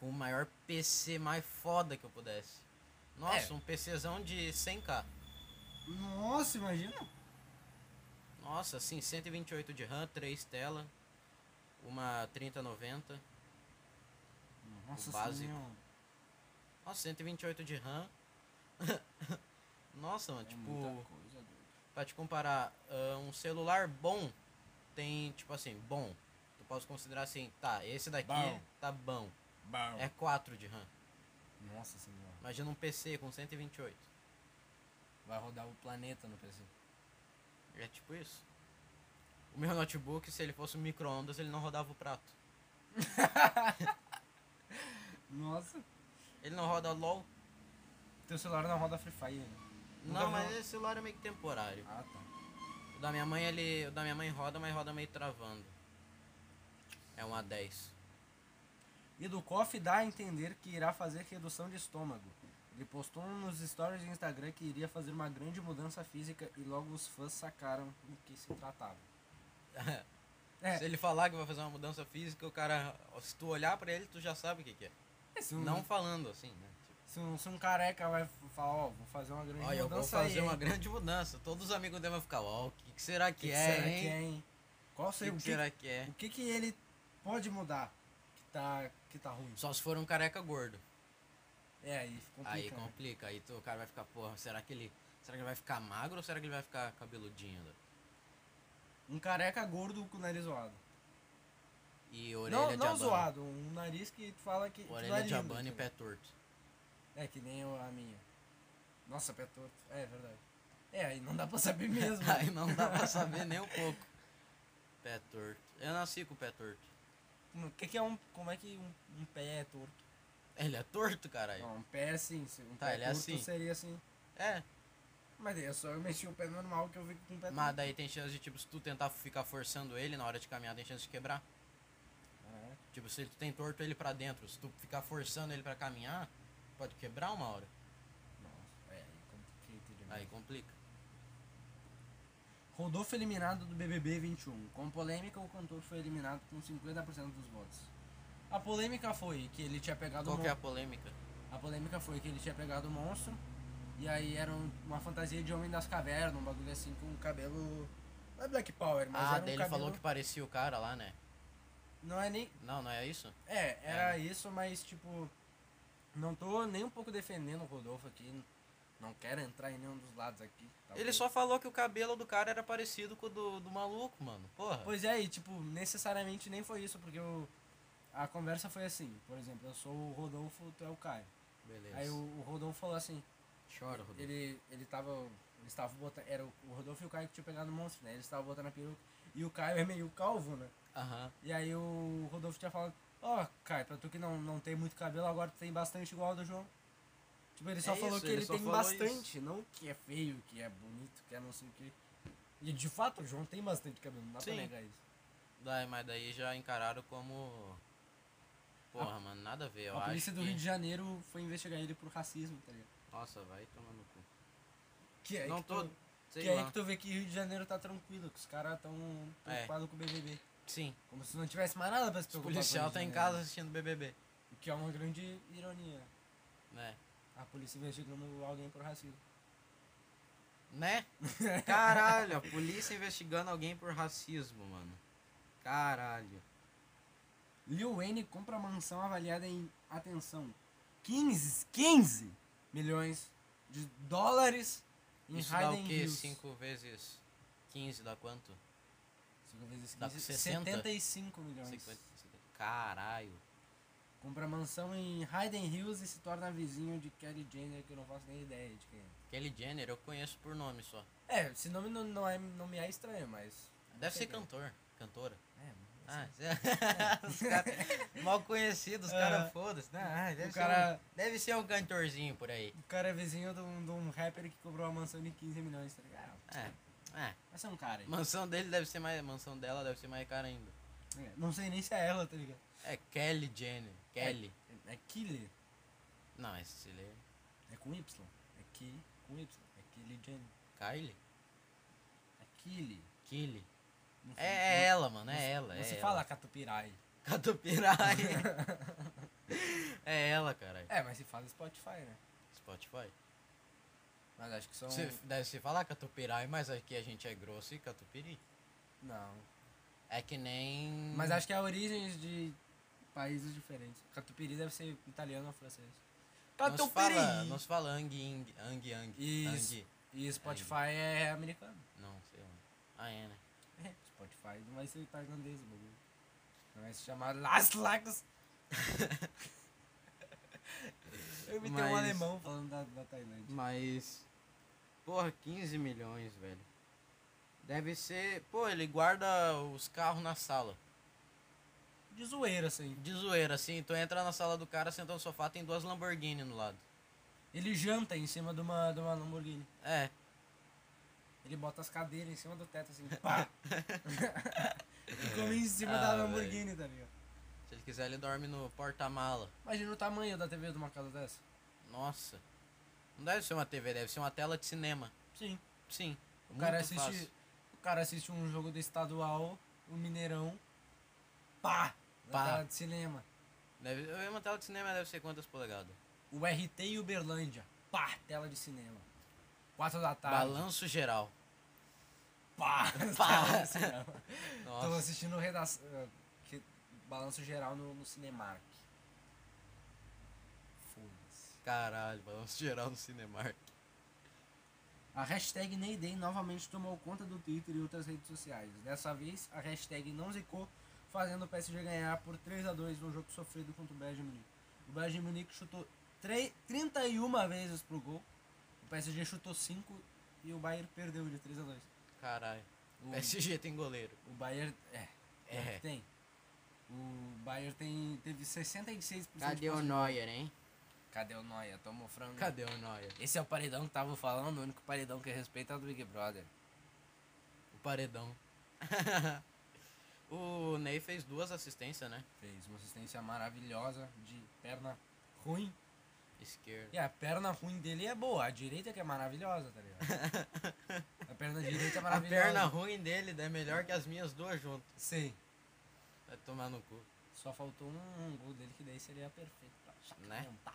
B: Com o maior PC mais foda que eu pudesse.
A: É.
B: Nossa, um PCzão de 100k.
A: Nossa, imagina.
B: Nossa, assim, 128 de RAM, 3 tela, uma 3090.
A: Nossa,
B: O básico.
A: senhora.
B: Nossa, 128 de RAM. Nossa, mano,
A: É
B: tipo,
A: muita coisa, doido.
B: pra te comparar, ah, um celular bom tem, tipo assim, bom. Tu pode considerar assim, tá, esse daqui
A: Bom.
B: tá bom.
A: Bom.
B: É 4 de RAM.
A: Nossa senhora.
B: Imagina um PC com 128.
A: Vai rodar o planeta no PC.
B: É tipo isso. O meu notebook, se ele fosse um micro-ondas, ele não rodava o prato.
A: Nossa.
B: Ele não roda LOL.
A: Teu celular não roda Free Fire, né? Nunca
B: Não, mas
A: vi-
B: esse celular é meio que temporário.
A: Ah, tá.
B: O da minha mãe, ele. O da minha mãe roda, mas roda meio travando. É um A10.
A: E do Koff dá a entender que irá fazer redução de estômago. Ele postou nos stories do Instagram que iria fazer uma grande mudança física e logo os fãs sacaram do que se tratava. É,
B: Se ele falar que vai fazer uma mudança física, o cara. Se tu olhar pra ele, tu já sabe o que, que é.
A: se, um,
B: Não falando assim, né? Tipo,
A: se, um, se um careca vai falar, ó, vou fazer uma grande
B: Olha, eu vou
A: mudança
B: fazer
A: aí,
B: uma
A: hein?
B: grande mudança. Todos os amigos dele vão ficar, ó, o que, que será que,
A: que, que
B: é,
A: será
B: hein?
A: que é, hein? Qual
B: O que,
A: seria o
B: que
A: que,
B: será que é?
A: o que que ele pode mudar que tá, que tá ruim?
B: Só se for um careca gordo.
A: É, aí complica.
B: aí
A: né?
B: complica. Aí tu, o cara vai ficar, porra, será que ele. Será que ele vai ficar magro ou será que ele vai ficar cabeludinho? ainda?
A: Um careca gordo com o nariz zoado.
B: E orelha
A: Não,
B: de
A: não
B: abano.
A: zoado, um nariz que tu fala que. tu dá
B: Orelha de
A: lindo,
B: abano e
A: entendeu?
B: pé torto.
A: É que nem eu- a minha. Nossa, pé torto. É verdade. É, aí não dá pra saber mesmo.
B: Aí não dá pra saber nem um pouco. Pé torto. Eu nasci com o pé torto.
A: O que, que é um. Como é que um, um pé é torto?
B: Ele é torto, caralho?
A: Não, um pé é assim. se- Um
B: Tá,
A: pé
B: ele é
A: torto
B: assim.
A: seria assim.
B: É,
A: Mas daí é só eu mexer o pé normal que eu fico com o pé
B: mas
A: torto.
B: daí tem chance de, tipo, se tu tentar ficar forçando ele na hora de caminhar, tem chance de quebrar.
A: É.
B: Tipo, se tu tem torto ele pra dentro, se tu ficar forçando ele pra caminhar, pode quebrar uma hora.
A: Nossa, é aí complica demais.
B: Aí complica.
A: Rodolfo eliminado do BBB 21. Com polêmica, o cantor foi eliminado com 50% dos votos. A polêmica foi que ele tinha pegado o
B: Qual que é a
A: mon-
B: polêmica?
A: A polêmica foi que ele tinha pegado o monstro. E aí era um- uma fantasia de homem das cavernas, um bagulho assim com o cabelo. Não é Black Power, mas
B: Ah,
A: era um
B: daí ele
A: cabelo-
B: falou que parecia o cara lá, né?
A: Não é nem.
B: Não, não é isso?
A: É, era isso, mas tipo. Não tô nem um pouco defendendo o Rodolfo aqui. Não quero entrar em nenhum dos lados aqui. tá
B: Ele
A: ok?
B: só falou que o cabelo do cara era parecido com o do, do maluco, mano. Porra.
A: Pois é, e tipo, necessariamente nem foi isso, porque o, A conversa foi assim, por exemplo, eu sou o Rodolfo, tu é o Caio.
B: Beleza.
A: Aí o, o Rodolfo falou assim,
B: Chora, Rodolfo.
A: ele, ele tava. Eles estavam botando. Era o o Rodolfo e o Caio que tinham pegado o monstro, né? Eles estavam botando a peruca. E o Caio é meio calvo, né?
B: Aham.
A: E aí o Rodolfo tinha falado, ó, Caio, pra tu que não, não tem muito cabelo, agora tu tem bastante igual ao do João. Tipo, ele só
B: É
A: falou
B: isso,
A: que
B: ele
A: ele
B: só
A: tem
B: falou
A: bastante, não que é feio, que é bonito, que é não sei o quê. E de fato o João tem bastante cabelo, não dá
B: Sim.
A: pra negar isso.
B: Daí, mas daí já encararam como. Porra, mano, nada a ver, eu
A: Ah, a
B: acho.
A: polícia do
B: que-
A: Rio de Janeiro foi investigar ele por racismo, tá ligado?
B: Nossa, vai tomar no cu.
A: Que é
B: Não
A: que
B: tô.
A: tu,
B: Sei
A: que é aí
B: lá. É.
A: que tu vê que Rio de Janeiro tá tranquilo, que os caras tão preocupados com o BBB.
B: Sim,
A: Como se não tivesse mais nada pra se
B: o
A: preocupar. com né? o
B: policial
A: Rio de
B: tá em
A: Janeiro.
B: casa assistindo BBB.
A: O que é uma grande ironia.
B: Né?
A: A polícia investigando alguém por racismo.
B: Né? Caralho, a polícia investigando alguém por racismo, mano. Caralho.
A: Lil Wayne compra mansão avaliada em, atenção, 15, 15 milhões de dólares em
B: Isso dá
A: Hayden
B: o quê?
A: Hills.
B: 5 vezes 15 dá quanto?
A: Cinco vezes
B: Dá
A: 15,
B: 60?
A: 75 milhões.
B: 50, 50. Caralho.
A: Compra mansão em Hayden Hills e se torna vizinho de Kelly Jenner, que eu não faço nem ideia de quem é.
B: Kelly Jenner eu conheço por nome só.
A: É, esse nome não, não, é, não me é estranho, mas...
B: Deve ser
A: Não sei
B: cantor. Cantora.
A: quem é. É, mas-
B: Ah, cê- os cara, mal conhecidos, os caras
A: É.
B: foda-se. né? Ah, deve,
A: O
B: ser
A: cara-
B: um, deve ser um cantorzinho por aí.
A: O cara é vizinho de um, de um rapper que cobrou uma mansão de 15 milhões, tá ligado?
B: É, é.
A: Mas é um cara aí.
B: Mansão dele deve ser mais. Mansão dela deve ser mais cara ainda.
A: É, Não sei nem se é ela, tá ligado?
B: É Kelly Jenner. Kelly.
A: É Killer.
B: Não, esse ele é.
A: É com Y. É que com Y. É Kylie Jenner.
B: Kylie?
A: É Kylie.
B: Kylie.
A: Não sei.
B: É, é ela, mano. É
A: você-
B: ela. é
A: Você
B: ela. Ah,
A: fala Catupirai.
B: Catupirai. é ela, caralho.
A: É, mas se fala Spotify, né?
B: Spotify.
A: Mas acho que são.
B: Você deve se falar catupirai, mas aqui a gente é grosso e catupiri.
A: Não.
B: É que nem.
A: Mas acho que é origens de países diferentes. Catupiri deve ser italiano ou francês.
B: não se
A: Catupiry!
B: fala, não se fala ang, ang, ang, ang.
A: Isso.
B: Ang.
A: E Spotify é americano.
B: Não, sei lá. Ah, é, né?
A: É, Spotify não vai ser tailandês o bagulho. Não vai se chamar Las Lacas. Eu me tenho um
B: Mas-
A: alemão falando da, da Tailândia.
B: Mas. Porra, 15 milhões, velho. Deve ser. Pô, ele guarda os carros na sala.
A: De zoeira, assim.
B: De zoeira, assim. Tu entra na sala do cara, senta no sofá, tem duas Lamborghini no lado.
A: Ele janta em cima de uma, de uma Lamborghini.
B: É.
A: Ele bota as cadeiras em cima do teto, assim, pá! e come em cima
B: Ah,
A: da
B: velho.
A: Lamborghini, tá ligado?
B: Se ele quiser, ele dorme no porta-mala.
A: Imagina o tamanho da TV de uma casa dessa.
B: Nossa. Não deve ser uma TV, deve ser uma tela de cinema.
A: Sim.
B: Sim.
A: O cara,
B: muito
A: assiste,
B: fácil.
A: o cara assiste um jogo do estadual, o Mineirão, pá! na
B: Pá.
A: tela de cinema.
B: Deve, uma tela de cinema deve ser quantas polegadas?
A: O RT e Uberlândia, pá! Tela de cinema. Quatro da tarde,
B: Balanço geral.
A: pá!
B: Pá.
A: Tela de cinema. Tô
B: Nossa.
A: assistindo redação, que, Balanço Geral no, no Cinemark. Foda-se.
B: Caralho, balanço geral no Cinemark.
A: A hashtag Neyday novamente tomou conta do Twitter e outras redes sociais. Dessa vez, a hashtag não zicou, fazendo o PSG ganhar por 3 a 2 no jogo sofrido contra o Bayern de Munique. O Bayern de Munique chutou tre- 31 vezes pro gol, o PSG chutou 5 e o Bayern perdeu de 3 a 2
B: Caralho.
A: O,
B: PSG tem goleiro.
A: o Bayern... É,
B: É.
A: tem. O Bayern tem, teve 66% de
B: Cadê o
A: posse de
B: Neuer, hein?
A: Cadê o Noia? Tomou frango.
B: Cadê o Neuer?
A: Esse é o paredão que tava falando, o único paredão que respeita é o do Big Brother.
B: O paredão. o Ney fez duas assistências, né?
A: Fez uma assistência maravilhosa de perna ruim.
B: Esquerda.
A: E a perna ruim dele é boa, a direita que é maravilhosa, tá ligado? a perna direita é
B: A
A: maravilhosa.
B: perna ruim dele é melhor que as minhas duas juntas.
A: Sim.
B: Vai tomar no cu.
A: Só faltou um, um gol dele que daí seria perfeito. tá? pra sacramentar.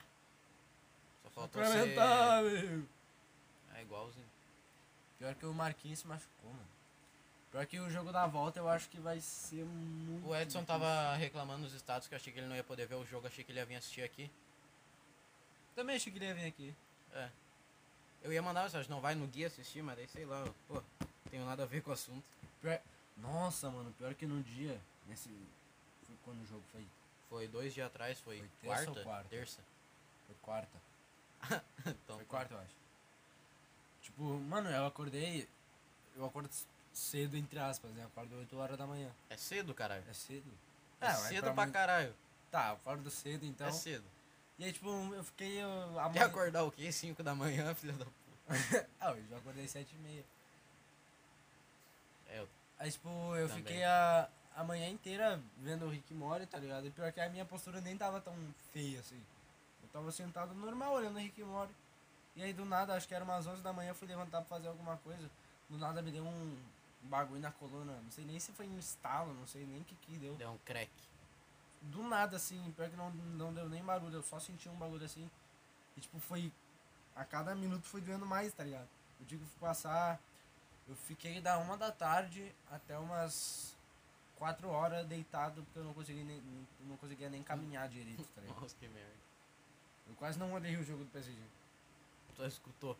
B: Só Né? faltou
A: Tá
B: ser...
A: Sacramentável!
B: É igualzinho.
A: Pior que o Marquinhos se machucou, mano. Pior que o jogo da volta eu acho que vai ser muito.
B: O Edson
A: difícil.
B: tava reclamando nos status que eu achei que ele não ia poder ver o jogo, achei que ele ia vir assistir aqui.
A: Também achei que ele ia vir aqui.
B: É. Eu ia mandar mensagem, não vai no guia assistir, mas daí sei lá, eu, pô, tenho nada a ver com o assunto.
A: Pior- Nossa, mano, pior que no dia, nesse. Foi quando o jogo foi
B: Foi dois dias atrás, foi,
A: Foi terça
B: quarta?
A: ou quarta?
B: Terça.
A: Foi quarta.
B: então,
A: Foi quarta, eu acho. Tipo, mano, eu acordei. Eu acordo cedo, entre aspas, né? Eu acordo 8 horas da manhã.
B: É cedo, caralho.
A: É cedo?
B: É,
A: mas
B: cedo pra,
A: mim-
B: caralho.
A: Tá, eu acordo cedo então.
B: É cedo.
A: E aí, tipo, eu fiquei. Eu, a
B: Quer
A: manhã-
B: acordar o quê? 5 da manhã, filha da puta.
A: ah, eu já acordei 7 e meia.
B: É, eu-
A: Aí, tipo, eu
B: Também.
A: fiquei a, a manhã inteira vendo o Rick Mori, tá ligado? E pior que a minha postura nem tava tão feia assim. Eu tava sentado normal olhando o Rick Mori. E aí, do nada, acho que era umas 11 da manhã, eu fui levantar pra fazer alguma coisa. Do nada me deu um bagulho na coluna. Não sei nem se foi um estalo, não sei nem o que que deu.
B: deu um crack.
A: Do nada, assim, pior que não, não deu nem barulho, eu só senti um bagulho assim. E tipo, foi. A cada minuto foi doendo mais, tá ligado? Eu digo que passar. Eu fiquei da uma da tarde até umas quatro horas deitado, porque eu não conseguia nem, eu não conseguia nem caminhar direito, tá ligado?
B: Nossa, que merda.
A: Eu quase não olhei o jogo do PSG.
B: Tu escutou?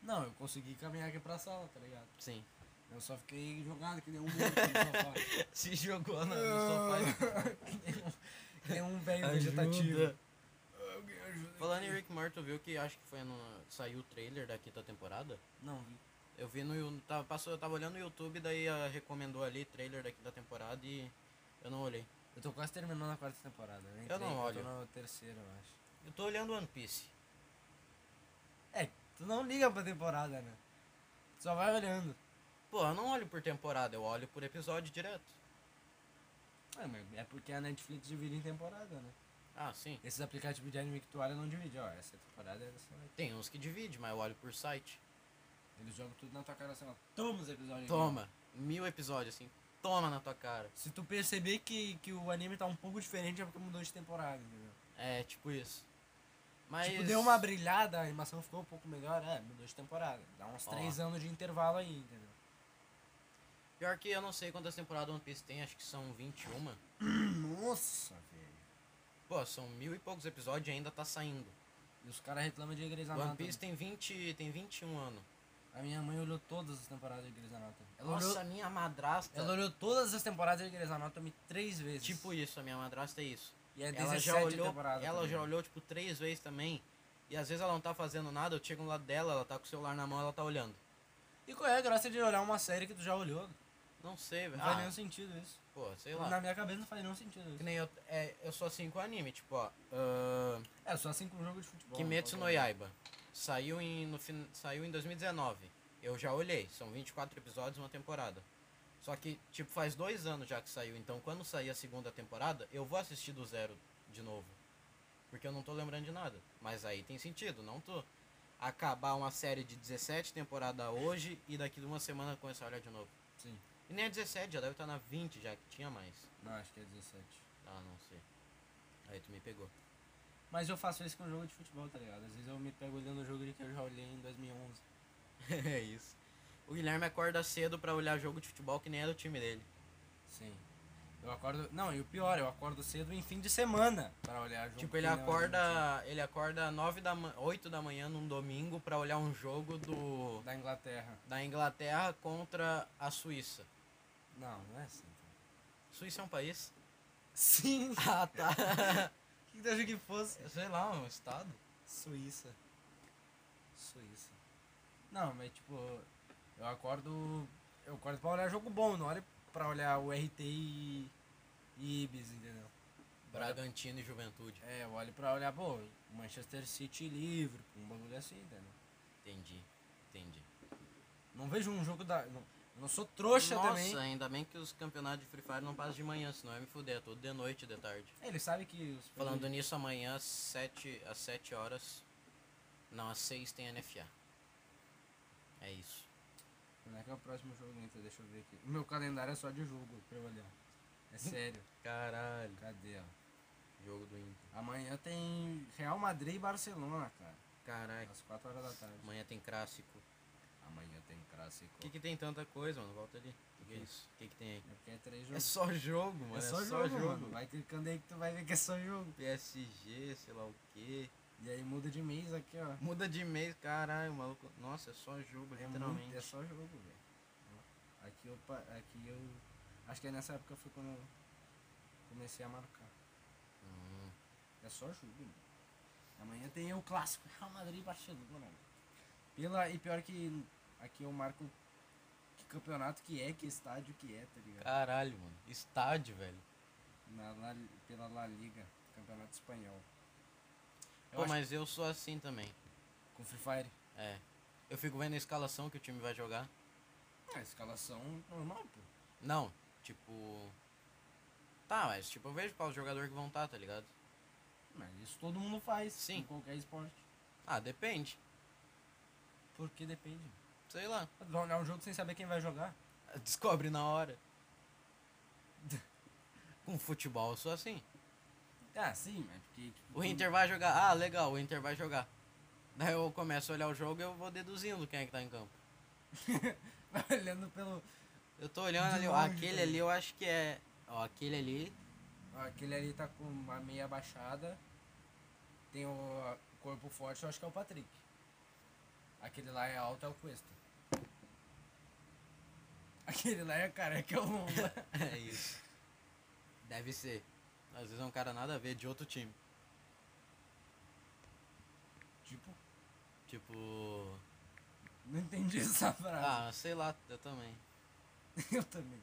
A: Não, eu consegui caminhar aqui pra sala, tá ligado?
B: Sim.
A: Eu só fiquei jogado que nem um morto no sofá.
B: Se jogou na, no sofá.
A: que nem um- que nem um velho
B: Ah, Ajuda.
A: vegetativo. Alguém ajuda
B: Falando
A: aqui.
B: em Rick Morty, tu viu que acho que foi no, saiu o trailer da quinta temporada?
A: Não, vi.
B: Eu vi no Yu- tava, passou, eu tava olhando no YouTube, daí ah, recomendou ali trailer da quinta temporada e eu não olhei.
A: Eu tô quase terminando a quarta temporada. Eu,
B: não olho.
A: Tô na terceira, eu acho.
B: Eu tô olhando One Piece.
A: É, tu não liga pra temporada, né? Tu só vai olhando.
B: Pô, eu não olho por temporada, eu olho por episódio direto.
A: É, mas é porque a Netflix divide em temporada, né?
B: Ah, sim.
A: Esses aplicativos de anime que tu olha não divide, ó. Essa temporada é dessa noite.
B: Tem uns que divide, mas eu olho por site.
A: Eles jogam tudo na tua cara assim, ó. Toma os episódios.
B: Toma, mil episódios assim, toma na tua cara.
A: Se tu perceber que, que o anime tá um pouco diferente é porque mudou de temporada, entendeu?
B: É, tipo isso. Mas
A: Tipo, deu uma brilhada, a animação ficou um pouco melhor, é, mudou de temporada. Dá uns
B: Ó.
A: três anos de intervalo aí, entendeu?
B: pior que eu não sei quantas temporadas One Piece tem, acho que são 21.
A: Nossa, velho.
B: Pô, são mil e poucos episódios e ainda tá saindo.
A: E os caras reclamam de Grey's
B: One
A: Anatomy.
B: Piece tem 20, tem 21 anos.
A: A minha mãe olhou todas as temporadas de Grey's Anatomy. Ela,
B: Nossa,
A: olhou,
B: minha madrasta.
A: ela olhou todas as temporadas de Grey's Anatomy três vezes.
B: Tipo isso, a minha madrasta é isso.
A: e é 17
B: ela já olhou,
A: temporadas. tá
B: ela
A: também. né?
B: já olhou tipo três vezes também. E às vezes ela não tá fazendo nada, eu chego no lado dela, ela tá com o celular na mão, ela tá olhando.
A: E qual é a graça de olhar uma série que tu já olhou? Não
B: Não sei, velho.
A: faz nenhum
B: Ah,
A: sentido isso.
B: pô, sei lá.
A: Na minha cabeça não faz nenhum sentido
B: Que
A: isso.
B: nem eu, é, eu sou assim com anime, tipo, ó. ahn,
A: É, só assim com um jogo de futebol.
B: Kimetsu no
A: qualquer-
B: Yaiba. Saiu em, no, fin- saiu em 2019. Eu já olhei, são 24 episódios, uma temporada. Só que, tipo, faz dois anos já que saiu, então quando sair a segunda temporada, eu vou assistir do zero de novo. Porque eu não tô lembrando de nada. Mas aí tem sentido, não tô. Acabar uma série de 17 temporada hoje e daqui de uma semana eu começar a olhar de novo.
A: Sim.
B: E nem é 17, já deve estar na 20 já, que tinha mais.
A: Não, acho que é 17.
B: Ah, não sei. Aí tu me pegou.
A: Mas eu faço isso com jogo de futebol, tá ligado? Às vezes eu me pego olhando o jogo de que eu já olhei em 2011.
B: é isso. O Guilherme acorda cedo pra olhar jogo de futebol que nem é do time dele.
A: Sim. Eu acordo... Não, e o pior, eu acordo cedo em fim de semana pra olhar jogo.
B: tipo,
A: que
B: ele
A: não é do
B: acorda, ele acorda 9 da ma- 8 da manhã num domingo pra olhar um jogo do
A: time Da Inglaterra.
B: da Inglaterra contra a Suíça.
A: Não, não é assim. tá?
B: Suíça é um país?
A: Sim.
B: Ah, tá.
A: O que tu acha que fosse?
B: Sei lá, um estado.
A: Suíça. Suíça. Não, mas tipo, eu acordo. Eu acordo pra olhar jogo bom, não olho pra olhar o RT e. e Ibis, entendeu?
B: Bragantino e Juventude.
A: É, eu olho pra olhar, pô, Manchester City livre, um bagulho assim, entendeu?
B: Entendi. Entendi.
A: Não vejo um jogo da. Não, eu não sou trouxa
B: Nossa,
A: também.
B: ainda bem que os campeonatos de Free Fire não passam de manhã, senão eu ia me fuder, é tudo de noite, de tarde.
A: É, Ele sabe que os.
B: Falando nisso, amanhã às 7, às 7 horas. Não, às 6 tem NFA. É isso.
A: Quando é que é o próximo jogo, então? Deixa eu ver aqui. O meu calendário é só de jogo pra eu olhar. É sério.
B: Caralho.
A: Cadê, ó?
B: Jogo do Inter.
A: Amanhã tem Real Madrid e Barcelona, cara.
B: Caralho.
A: Às 4 horas da tarde.
B: Amanhã tem clássico.
A: Amanhã tem clássico.
B: O que, que tem tanta coisa, mano? Volta ali. O que é
A: Ok.
B: isso? O que, que tem aí?
A: É porque é três
B: É
A: jogos.
B: só jogo, mano.
A: mano. é Vai clicando aí que tu vai ver que é só jogo.
B: PSG, sei lá o que.
A: E aí muda de mês aqui, ó.
B: Muda de mês, caralho, maluco. Nossa, é só jogo,
A: É,
B: literalmente.
A: muito, é só jogo, velho. Ó, Aqui eu, pa- aqui eu. Acho que é nessa época foi quando eu comecei a marcar.
B: Hum,
A: É só jogo, mano. Amanhã tem o clássico Real Madrid e Barcelona. Pela, e pior que aqui eu marco que campeonato que é, que estádio que é, tá ligado?
B: Caralho, mano. Estádio, velho.
A: Na La- pela La Liga, campeonato espanhol. Eu
B: Pô,
A: acho-
B: mas eu sou assim também.
A: Com Free Fire.
B: É. Eu fico vendo a escalação que o time vai jogar.
A: Ah, escalação normal, pô.
B: Não, tipo. Tá, mas tipo, eu vejo qual os jogadores que vão estar, tá ligado?
A: Mas isso todo mundo faz.
B: Sim.
A: Em qualquer esporte.
B: Ah, depende.
A: Porque depende.
B: Sei lá.
A: Vai olhar um jogo sem saber quem vai jogar.
B: Descobre na hora. Com futebol eu sou assim.
A: Ah, sim, mas porque. tipo,
B: O
A: quem-
B: Inter vai jogar. Ah, legal, o Inter vai jogar. Daí eu começo a olhar o jogo e eu vou deduzindo quem é que tá em campo.
A: Vai olhando pelo.
B: Eu tô olhando
A: De
B: ali, ó,
A: longe
B: aquele
A: também.
B: ali eu acho que é. Ó, aquele ali.
A: Aquele ali tá com uma meia baixada. Tem o corpo forte, eu acho que é o Patrick. Aquele lá é alto, é o Cuesta. Aquele lá é careca, é o Lomba.
B: É isso. Deve ser. Às vezes é um cara nada a ver de outro time.
A: tipo,
B: Tipo.
A: não entendi essa frase.
B: Ah, sei lá, eu também.
A: Eu também.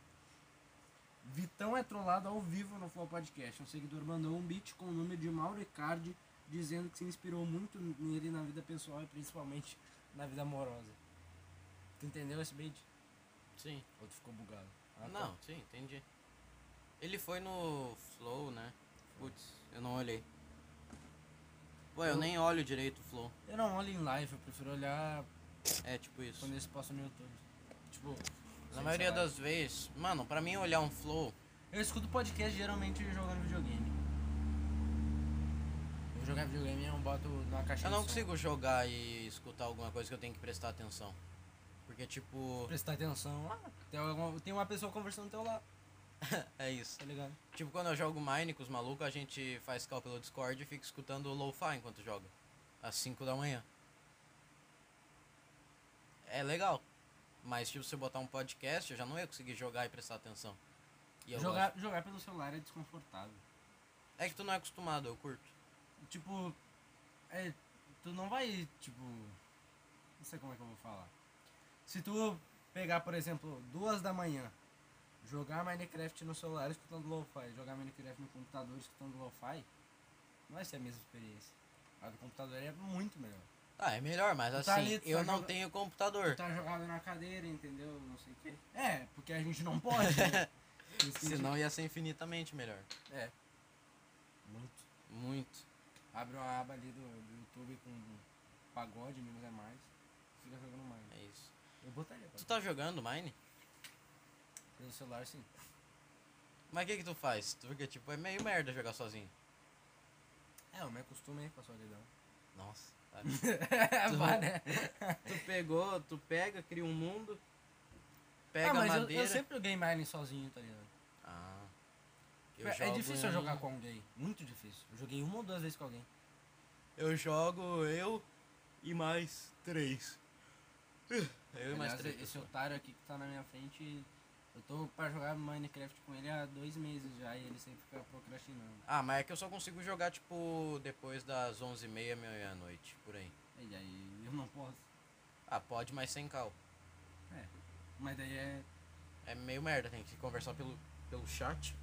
A: Vitão é trollado ao vivo no Flow Podcast. Um seguidor mandou um beat com o nome de Mauro Icardi, dizendo que se inspirou muito nele na vida pessoal e principalmente na vida amorosa. Tu entendeu esse beat?
B: Sim.
A: Ou tu ficou bugado? Ah, tá.
B: Não, sim, entendi. Ele foi no Flow, né? Putz, eu não olhei. Pô, eu
A: Eu-
B: nem olho direito o Flow.
A: Eu não olho em live, eu prefiro olhar
B: É tipo isso.
A: quando eles passam no YouTube. Tipo,
B: Na
A: sem
B: maioria
A: ser
B: das vezes, mano, pra mim olhar um Flow.
A: live. Eu escuto podcast geralmente jogando videogame. Eu jogar videogame eu boto na caixa
B: Eu não
A: de som.
B: consigo jogar e escutar alguma coisa que eu tenho que prestar atenção. Porque, tipo.
A: prestar atenção. Ah, tem, alguma- tem uma pessoa conversando do teu lado,
B: É isso.
A: tá ligado?
B: Tipo, quando eu jogo Mine com os malucos, a gente faz call pelo Discord e fica escutando o lo-fi enquanto joga. Às 5 da manhã. É legal. Mas, tipo, se eu botar um podcast, eu já não ia conseguir jogar e prestar atenção. E eu
A: Jogar,
B: gosto.
A: jogar pelo celular é desconfortável.
B: É que tu não é acostumado, eu curto.
A: Tipo, é, tu não vai, tipo. Não sei como é que eu vou falar. Se tu pegar, por exemplo, duas da manhã, jogar Minecraft no celular escutando lo-fi, jogar Minecraft no computador escutando lo-fi, não vai ser a mesma experiência. A do computador é muito melhor.
B: Tá, é melhor, mas
A: Tu
B: assim,
A: tá ali, tu
B: eu
A: tá
B: não
A: joga-
B: tenho
A: Tu
B: computador.
A: tá jogado na cadeira, entendeu? Não sei o quê. É, porque a gente não pode. Né? Por isso que a gente-
B: Senão ia ser infinitamente melhor.
A: É. Muito.
B: Muito.
A: Abre uma aba ali do, do YouTube com pagode, menos é mais. Fica jogando mais.
B: É isso.
A: Eu botaria.
B: Tu
A: Pagode.
B: tá jogando Mine?
A: Pelo celular, sim.
B: Mas o que que tu faz? Porque, tipo, é meio merda jogar sozinho.
A: É, o meu costume é com a solidão.
B: Nossa. tá.
A: Vá, né?
B: Tu pegou, tu pega, cria um mundo, pega
A: ah, mas eu-
B: madeira.
A: Eu, sempre joguei Mine sozinho, tá ligado?
B: Ah.
A: é
B: jogo um,
A: difícil eu
B: em-
A: jogar com alguém. Muito difícil. Eu joguei uma ou duas vezes com alguém.
B: Eu jogo eu e mais três. Eu e mais
A: Aliás,
B: três.
A: Esse
B: pessoas.
A: otário aqui que tá na minha frente, eu tô pra jogar Minecraft com ele há dois meses já e ele sempre fica procrastinando.
B: Ah, mas é que eu só consigo jogar, tipo, depois das 11h30, meia-noite, por aí.
A: E aí eu não posso.
B: Ah, pode, mas sem cal.
A: Mas daí é.
B: É meio merda, tem que conversar pelo, pelo chat.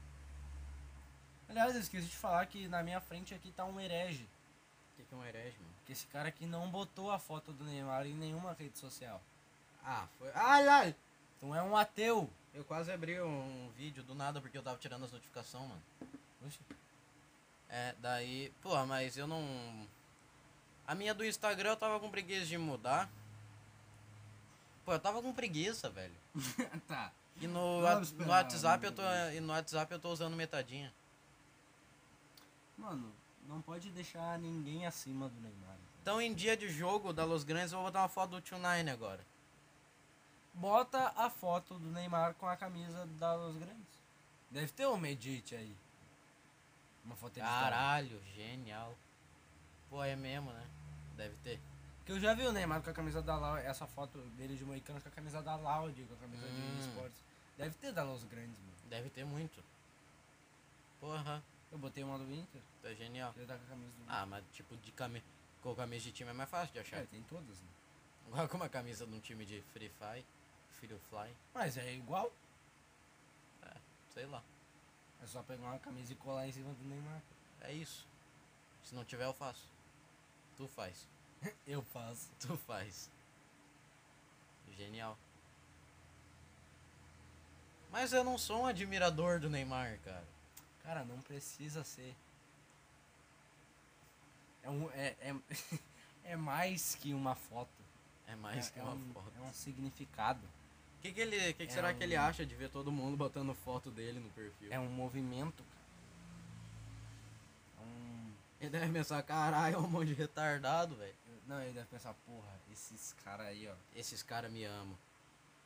A: Aliás, eu esqueci de falar que na minha frente aqui tá um herege.
B: O que, que é um herege, mano?
A: Que esse cara aqui não botou a foto do Neymar em nenhuma rede social.
B: Ah, foi... Ai, ai!
A: Então é um ateu.
B: Eu quase abri um vídeo do nada porque eu tava tirando as notificações, mano.
A: Oxe,
B: É, daí, pô, mas eu não. A minha do Instagram eu tava com preguiça de mudar. Pô, eu tava com preguiça, velho.
A: tá.
B: E no,
A: Não dá pra
B: wa-
A: esperar
B: no WhatsApp eu tô
A: muito.
B: e no WhatsApp eu tô usando metadinha.
A: Mano, não pode deixar ninguém acima do Neymar.
B: Então em dia de jogo da Los Grandes eu vou botar uma foto do Tio Nine agora.
A: Bota a foto do Neymar com a camisa da Los Grandes. Deve ter um Medite aí. Uma foto dele
B: Caralho, genial. Pô, é mesmo, né? Deve ter.
A: Que eu já vi o Neymar com a camisa da Loud, essa foto dele de Moicano com a camisa da Loud, com a camisa
B: Hum.
A: de esportes. Deve ter da Los Grandes, mano.
B: Deve ter muito. Porra.
A: Eu botei uma do Inter,
B: Tá genial.
A: ele tá com a camisa do Inter.
B: Ah, mas tipo, de cami... com camisa de time é mais fácil de achar.
A: É, tem todas, né?
B: Agora com uma camisa de um time de Free Fire, Free Fly,
A: Mas é igual.
B: sei lá.
A: É só pegar uma camisa e colar em cima do Neymar.
B: É isso. Se não tiver, eu faço. Tu faz.
A: Eu faço.
B: Tu faz. Genial. Mas eu não sou um admirador do Neymar, cara.
A: Cara, não precisa ser. É, um, é, é, é mais que uma foto.
B: É mais
A: é,
B: que
A: é
B: uma
A: um,
B: foto.
A: É um significado.
B: O que, que ele, que que
A: É
B: será que ele
A: um-
B: acha de ver todo mundo botando foto dele no perfil?
A: É um movimento, cara. É um.
B: Ele deve pensar, caralho, é um monte de retardado, velho.
A: Não, ele deve pensar, porra, esses caras aí, ó.
B: Esses caras me amam.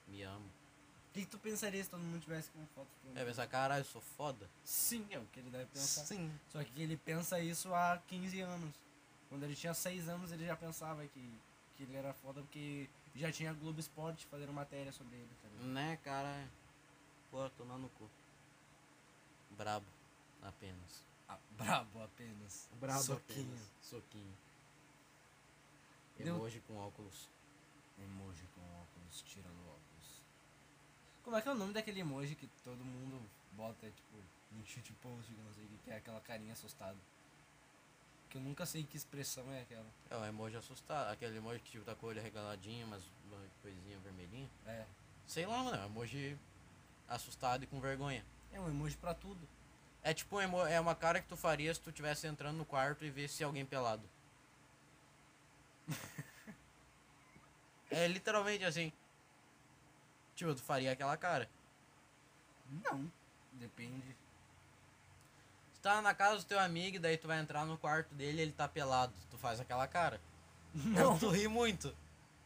B: Me amam.
A: O que, que tu pensaria se todo mundo tivesse com foto do
B: Deve pensar, caralho, eu sou foda.
A: Sim, é o que ele deve pensar.
B: Sim.
A: Só que ele pensa isso há 15 anos. Quando ele tinha 6 anos, ele já pensava que, que ele era foda porque já tinha a Globo Esporte fazendo matéria sobre ele. Tá ligado?
B: Né, cara? Pô, tomar no cu. Brabo. Apenas.
A: ah, brabo apenas.
B: Soquinho.
A: Soquinho.
B: Soquinho.
A: Deu-
B: Emoji com óculos.
A: Emoji com óculos, tirando óculos. Como é que é o nome daquele emoji que todo mundo bota, tipo, no cheat post, que não sei o que, que é aquela carinha assustada? Que eu nunca sei que expressão é aquela.
B: É o emoji assustado. Aquele emoji que tipo, tá com o olho regaladinho, mas uma coisinha vermelhinha.
A: É.
B: Sei lá, mano. É um emoji assustado e com vergonha.
A: É um emoji pra tudo.
B: É tipo um emo- é uma cara que tu faria se tu tivesse entrando no quarto e visse alguém pelado. é literalmente assim. Tipo, tu faria aquela cara.
A: Não. Depende.
B: Tu tá na casa do teu amigo e daí tu vai entrar no quarto dele e ele tá pelado. Tu faz aquela cara. Ou Tu ri muito.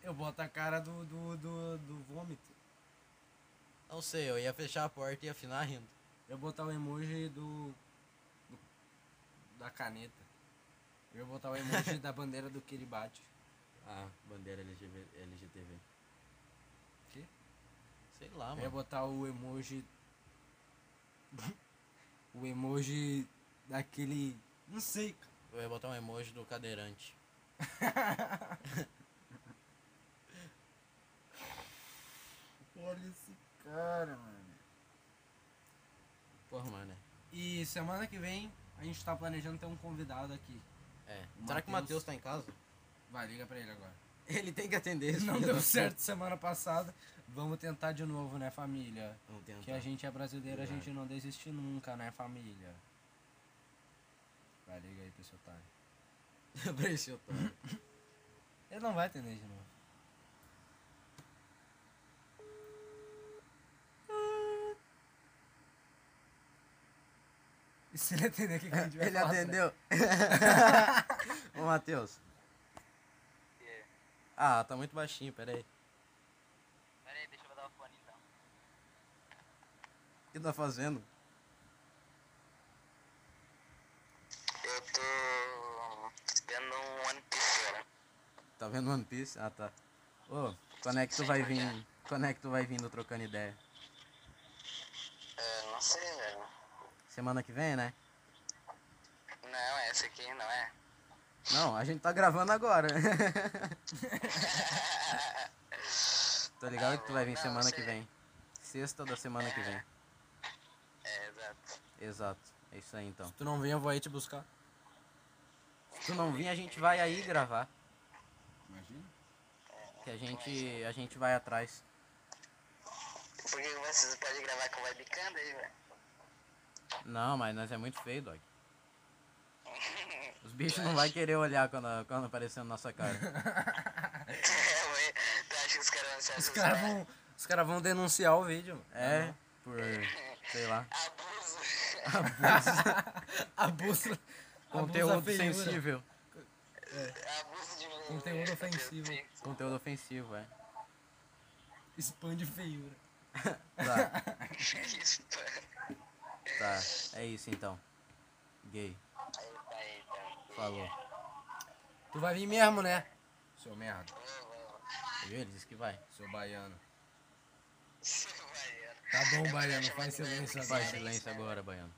A: Eu boto a cara do, do, do, do vômito.
B: Não sei, eu ia fechar a porta e ia afinar rindo.
A: Eu botar o emoji do, do- da caneta. Eu ia botar o emoji da bandeira do Kiribati.
B: Ah, bandeira LGTV.
A: Quê?
B: Sei lá,
A: Eu ia
B: mano.
A: botar o emoji. o emoji daquele. Não sei. cara.
B: Eu ia botar um emoji do cadeirante.
A: Olha esse cara, mano.
B: Porra, mano. é-
A: E semana que vem a gente tá planejando ter um convidado aqui.
B: É.
A: O
B: Será que o
A: Matheus
B: Matheus tá em casa?
A: Vai, liga pra ele agora.
B: Ele tem que atender esse
A: Não
B: filho
A: deu
B: da
A: certo semana passada. Vamos tentar de novo, né, família?
B: puta. Não tem
A: Que a gente é brasileiro, a
B: Verdade.
A: gente não desiste nunca, né, família? Vai, liga aí pro seu time.
B: Pra esse otário.
A: Ele não vai atender de novo. E se ele atender, o que, que a gente vai falar, né?
B: Ô, Matheus. Ah, tá muito baixinho, peraí.
C: Pera aí, deixa eu dar o fone então.
B: O que tá fazendo?
C: Eu tô vendo um One Piece agora.
B: Tá vendo One Piece? Ah, tá. Ô, quando é que tu vai vir? Quando é que tu vai vindo trocando ideia?
C: É, não sei, velho.
B: Semana que vem, né?
C: Não, é essa aqui, não é?
B: Não, a gente tá gravando agora. Tô ligado que tu vai vir
C: Não,
B: semana que
C: sei.
B: vem. Sexta da semana que vem.
C: É, exato.
B: Exato. É isso aí então.
A: Se tu não vem, eu vou aí te buscar.
B: Se tu não vir, a gente vai aí gravar.
A: Imagina.
B: Que a gente, a gente vai atrás.
C: Por que vocês podem gravar com webcam daí, velho?
B: Não, mas nós é muito feio, Dog. Os bichos não vai querer olhar quando, quando aparecer na nossa cara.
C: Ué, É, tu acha que os caras vão se
A: Os
C: assustar?
A: caras vão, os cara vão denunciar o vídeo.
B: É, por. sei lá.
C: Abuso.
A: Abuso.
B: Conteúdo
A: abusa a feiura.
B: sensível.
C: Abuso de
A: Conteúdo ofensivo.
B: Conteúdo ofensivo, é.
A: Expande feiura.
B: Tá,
C: Isso, pô.
B: tá. É isso então. Gay.
C: Aí tá aí, então.
B: Falou.
A: Tu vai vir mesmo, né? Seu merda.
B: Viu? Ele disse que vai.
A: Seu baiano.
C: Isso, baiano.
A: Tá bom, baiano. Faz silêncio
B: Faz
A: agora.
B: silêncio agora, Baiano.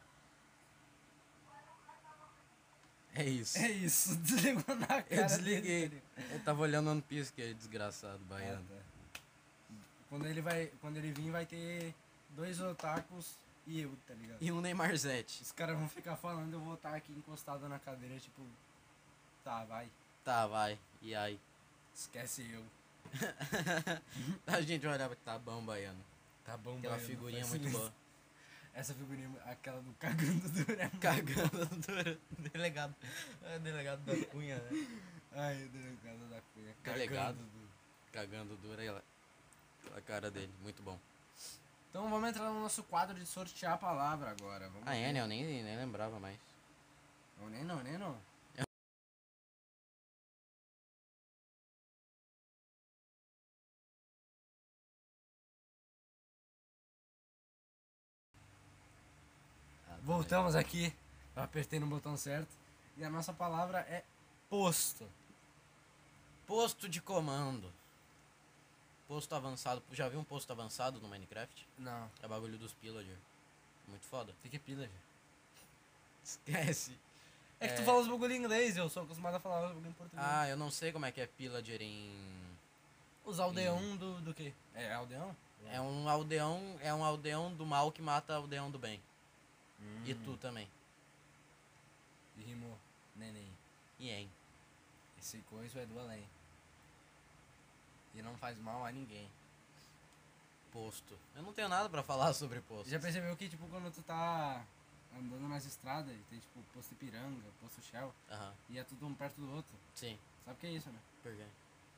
B: É isso.
A: É isso, desligou na cara.
B: Eu
A: dele,
B: desliguei.
A: tá ligado?
B: Eu tava olhando One Piece, que é desgraçado, baiano.
A: Ah, tá. Quando ele vai, quando ele vir vai ter dois otakus e eu, tá ligado?
B: E um Neymar Zete.
A: Os caras vão ficar falando, eu vou estar aqui encostado na cadeira, tipo, tá, vai,
B: Tá, vai. E aí?
A: esquece eu.
B: A gente olhava que tá bom, baiano.
A: Tá bom,
B: Aquela
A: baiano,
B: figurinha
A: faz
B: muito
A: silêncio.
B: boa.
A: Essa figurinha, aquela do cagando do Remo.
B: Cagando do delegado. é, Delegado da Cunha, né?
A: Ai, o delegado da cunha.
B: Delegado.
A: cagando do-
B: Cagando dura ela. A cara dele, muito bom.
A: Então vamos entrar no nosso quadro de sortear a palavra agora. Vamos
B: Ah, é,
A: ver.
B: né? Eu nem, nem lembrava mais.
A: Não, nem não, nem não.
B: Ah, tá
A: Voltamos aqui. Eu apertei no botão certo. E a nossa palavra é posto.
B: bem. Posto de comando. Posto avançado. Já viu um posto avançado no Minecraft?
A: Não.
B: É bagulho dos pillager. Muito foda.
A: Fique pila, já.
B: Esquece.
A: É que tu
B: É.
A: fala os bagulho em inglês, eu sou acostumado a falar os bagulho em português.
B: Ah, eu não sei como é que é pillager em...
A: os aldeão do, do quê? É aldeão?
B: É um aldeão, é um aldeão do mal que mata aldeão do bem. E tu também.
A: E rimou. Neném.
B: E é hein.
A: Esse coiso é do além. E não faz mal a ninguém.
B: Posto. Eu não tenho nada pra falar sobre posto.
A: Já percebeu que, tipo, quando tu tá andando nas estradas e tem, tipo, posto Ipiranga, posto Shell,
B: Aham.
A: e é tudo um perto do outro,
B: Sim.
A: sabe o que é isso, né?
B: Por quê?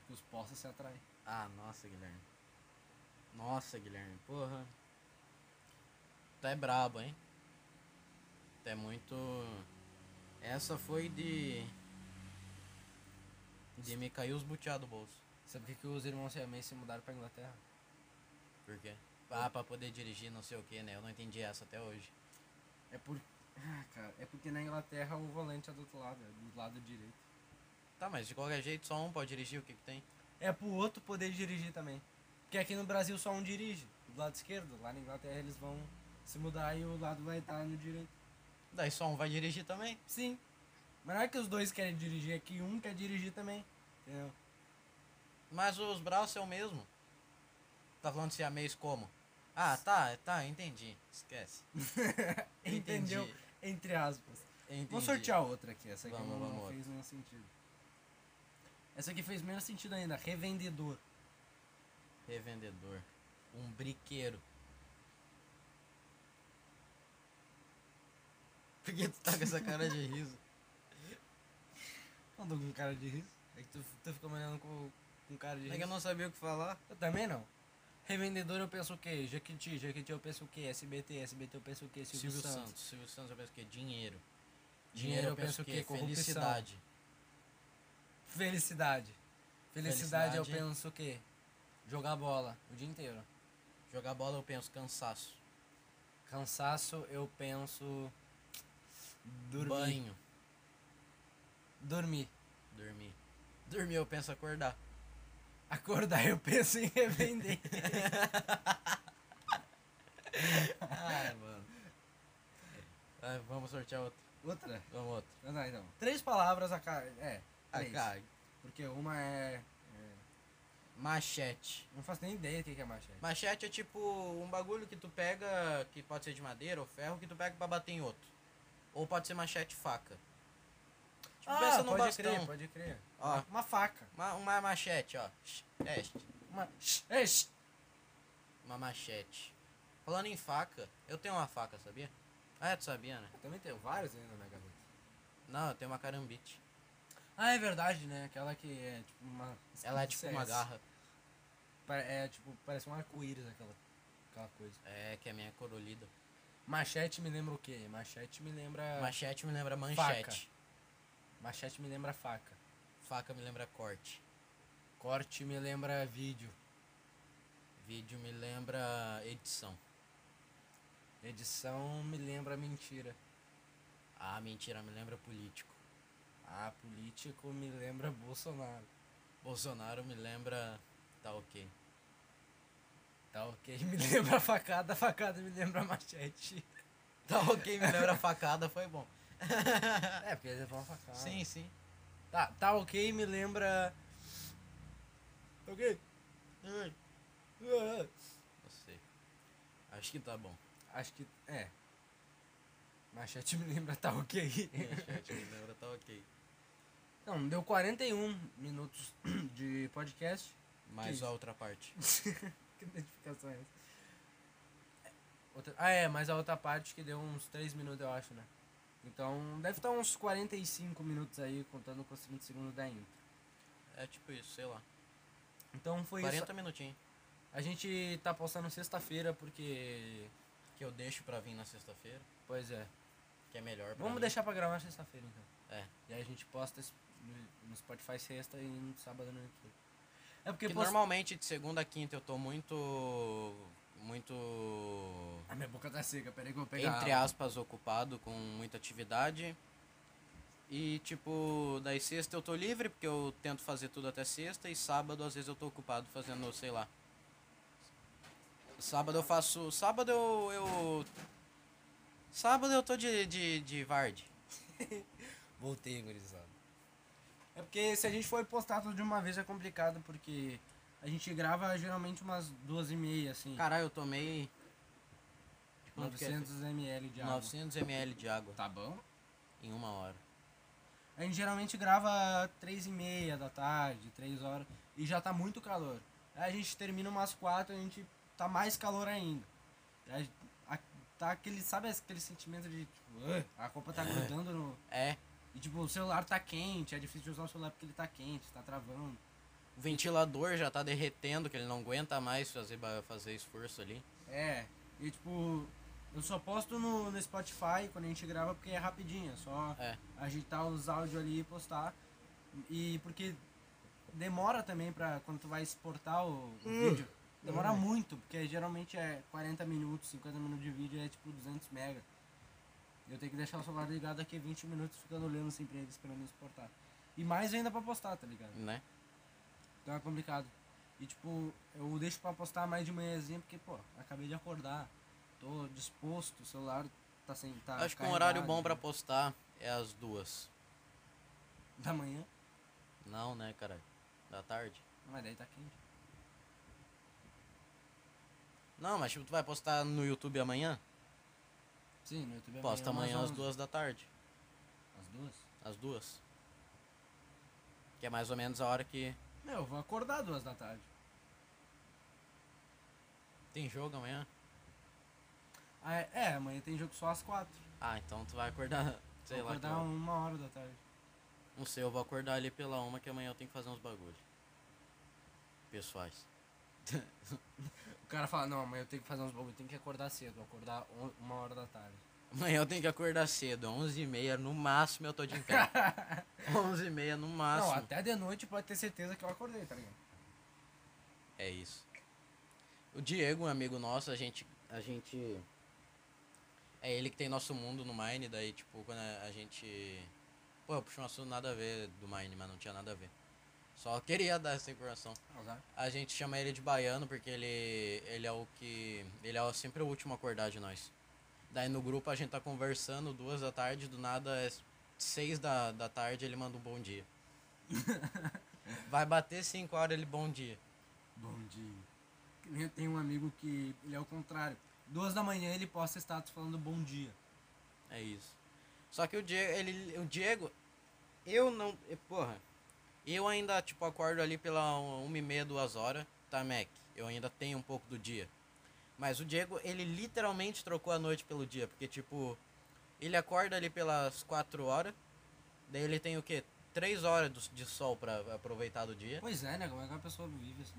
A: Que os postos se atraem.
B: Ah, nossa, Guilherme. Nossa, Guilherme. Porra. Tu é brabo, hein? Tu é muito. Essa foi de. De me cair os butiá do bolso.
A: Sabe por que, que os irmãos Siamês se mudaram pra Inglaterra?
B: Por quê? Ah, pra poder dirigir não sei o que, né? Eu não entendi essa até hoje.
A: É por... Ah, cara, é porque na Inglaterra o volante é do outro lado, é do lado direito.
B: Tá, mas de qualquer jeito só um pode dirigir, o que que tem?
A: É pro outro poder dirigir também. Porque aqui no Brasil só um dirige, do lado esquerdo. Lá na Inglaterra eles vão se mudar e o lado vai estar no direito.
B: Daí só um vai dirigir também.
A: Sim. Mas não é que os dois querem dirigir, é que um quer dirigir também. Entendeu?
B: Mas os braços é o mesmo. Tá falando siamês como? Ah, tá, tá, entendi. Esquece.
A: Entendeu?
B: Entendi.
A: Entre aspas.
B: entendi.
A: Vou sortear outra aqui. Essa aqui
B: Vamos,
A: não, não
B: vamos
A: fez nenhum sentido. Essa aqui fez menos sentido ainda. Revendedor.
B: Revendedor. Um briqueiro. Por que tu tá com essa cara de riso?
A: Não tô com cara de riso. É que tu, tu fica me olhando com, com cara de
B: É que
A: riso.
B: eu não sabia o que falar.
A: Eu também não. Revendedor eu penso o quê? Jequiti, Jequiti eu penso o quê? SBT, SBT eu penso o quê? Silvio, Santos.
B: Silvio Santos eu penso o quê? Dinheiro.
A: Dinheiro eu penso o quê? Corrupção.
B: é Felicidade.
A: Felicidade. Felicidade. eu
B: Felicidade.
A: penso o quê? Jogar bola o dia inteiro.
B: Jogar bola eu penso cansaço.
A: Cansaço eu penso. Dormir.
B: Banho.
A: Dormir.
B: Dormir. Dormir eu penso acordar.
A: Acordar eu penso em revender.
B: Ai, mano. É. Ai, vamos sortear outro.
A: Outra?
B: Vamos outro.
A: Não, não, então. Três palavras a cara. É.
B: A
A: Três.
B: cara.
A: Porque uma é. é,
B: Machete.
A: Não faço nem ideia do que que é machete.
B: Machete é tipo um bagulho que tu pega, que pode ser de madeira ou ferro, que tu pega pra bater em outro. Ou pode ser machete e faca. Tipo, pensa num
A: Ah, pode
B: bastão.
A: crer, pode crer.
B: Ó.
A: Uma faca.
B: Uma, uma machete, ó. Sh- Teste.
A: Uma. É, sh-
B: Uma machete. Falando em faca, eu tenho uma faca, sabia? Ah, tu sabia, né?
A: Eu também tenho vários ainda na minha gaveta.
B: Não, eu tenho uma carambite.
A: Ah, é verdade, né? Aquela que é tipo uma.
B: Ela é tipo uma
A: CS.
B: garra.
A: Pa- É tipo, parece um arco-íris aquela, aquela coisa.
B: É, que é a minha corolida.
A: Machete me lembra o quê? Machete me lembra.
B: Machete me lembra manchete.
A: Machete me lembra faca.
B: Faca me lembra corte.
A: Corte me lembra vídeo.
B: Vídeo me lembra edição.
A: Edição me lembra mentira.
B: Ah, mentira, me lembra político.
A: Ah, político me lembra Bolsonaro.
B: Bolsonaro me lembra. Tá ok.
A: Tá ok, me lembra facada, facada me lembra machete.
B: Tá ok, me lembra facada, foi bom.
A: É, porque eles levam uma facada.
B: Sim, sim.
A: Tá, tá ok, me lembra. Tá ok? Ah,
B: Não sei. Acho que tá bom.
A: Acho que. É. Machete me lembra, tá ok.
B: Chat, me lembra, tá ok.
A: Então, deu 41 minutos de podcast.
B: Mas
A: isso?
B: a outra parte.
A: que notificação é essa? Outra- Ah, é, mas a outra parte que deu uns 3 minutos, eu acho, né? Então, deve estar uns 45 minutos aí, contando com os 30 segundos da intro.
B: É tipo isso, sei lá.
A: Então foi
B: 40
A: isso.
B: minutinhos
A: A gente tá postando sexta-feira, porque.
B: que eu deixo pra vir na sexta-feira,
A: Pois é.
B: que é melhor pra
A: Vamos
B: mim.
A: deixar pra gravar na sexta-feira, então.
B: É.
A: E aí a gente posta esse- no- no Spotify sexta e no sábado no YouTube. É porque
B: Porque
A: posta-
B: normalmente de segunda a quinta eu tô muito. Muito.
A: A minha boca tá seca, peraí que eu vou pegar.
B: Entre
A: água.
B: aspas, ocupado com muita atividade. E tipo, daí sexta eu tô livre, porque eu tento fazer tudo até sexta, e sábado às vezes eu tô ocupado fazendo, sei lá. Sábado eu faço. Sábado eu. eu- Sábado eu tô de, de, de Vard.
A: Voltei, gurizada. É porque se a gente for postar tudo de uma vez é complicado, porque a gente grava geralmente umas duas e meia, assim.
B: Caralho, eu tomei de quanto que é?
A: 900 ml de água.
B: 900 ml de água
A: Tá bom.
B: em uma hora.
A: A gente geralmente grava três e meia da tarde, três horas, e já tá muito calor. Aí a gente termina umas quatro, a gente tá mais calor ainda. Aí a- tá aquele, sabe aquele sentimento de, tipo, "Ugh", a copa tá grudando no...
B: É,
A: E, tipo, o celular tá quente, é difícil de usar o celular porque ele tá quente, tá travando.
B: o ventilador já tá derretendo, que ele não aguenta mais fazer, ba- fazer esforço ali.
A: É, e, tipo, eu só posto no, no Spotify quando a gente grava porque é rapidinho, é só
B: É.
A: agitar os áudios ali e postar. E porque demora também pra quando tu vai exportar o, o vídeo. Demora muito, porque geralmente é 40 minutos, 50 minutos de vídeo é tipo 200 mega. Eu tenho que deixar o celular ligado daqui a 20 minutos ficando olhando assim sempre ele esperando exportar. E mais ainda pra postar, tá ligado?
B: Né?
A: Então é complicado. E tipo, eu deixo pra postar mais de manhãzinha porque, pô, acabei de acordar. Tô disposto, o celular tá sem. Tá
B: Acho que um horário
A: carregado,
B: bom pra
A: né?
B: postar é as duas.
A: Da manhã.
B: Não, né, caralho? Da tarde.
A: Mas daí tá quente.
B: Não, mas tipo, tu vai postar no YouTube amanhã?
A: Sim, no YouTube é
B: Posta
A: umas
B: amanhã às
A: 11.
B: duas da tarde.
A: Às duas?
B: As duas. Que é mais ou menos a hora que
A: Meu, eu vou acordar duas da tarde.
B: tem jogo amanhã.
A: Ah, é, é, amanhã tem jogo só às quatro.
B: Ah, então tu vai acordar, sei
A: vou
B: lá. que
A: acordar um
B: hora.
A: uma hora da tarde.
B: Não sei, eu vou acordar ali pela uma que amanhã eu tenho que fazer uns bagulho. Pessoais.
A: O cara fala, não, amanhã eu tenho que fazer uns bagulho, tenho que acordar cedo, vou acordar on- uma hora da tarde.
B: Amanhã eu tenho que acordar cedo, 11h30 no máximo eu tô de pé. 11h30 no
A: Não,
B: máximo.
A: até de noite pode ter certeza que eu acordei, tá ligado?
B: É isso. O Diego, um amigo nosso, a gente. A gente. É ele que tem nosso mundo no Mine, daí, tipo, quando a, a gente. Pô, eu puxei um assunto nada a ver do Mine, mas não tinha nada a ver. Só queria dar essa informação.
A: Azar.
B: A gente chama ele de baiano porque ele, ele é o que. Ele é o- sempre o último a acordar de nós. Daí no grupo a gente tá conversando, duas da tarde, do nada é seis da, da tarde ele manda um bom dia. Vai bater cinco horas ele bom dia.
A: Bom dia. Que nem Eu tenho um amigo que ele é o contrário. Duas da manhã ele posta status falando bom dia.
B: É isso. Só que o Diego, ele, o Diego, eu não, eh, porra, eu ainda, tipo, acordo ali pela um- uma e meia, duas horas, tá, Mac? Eu ainda tenho um pouco do dia. Mas o Diego, ele literalmente trocou a noite pelo dia, porque, tipo, ele acorda ali pelas quatro horas, daí ele tem o quê? Três horas do- de sol pra aproveitar do dia,
A: Pois é, né? Como é que uma pessoa vive assim?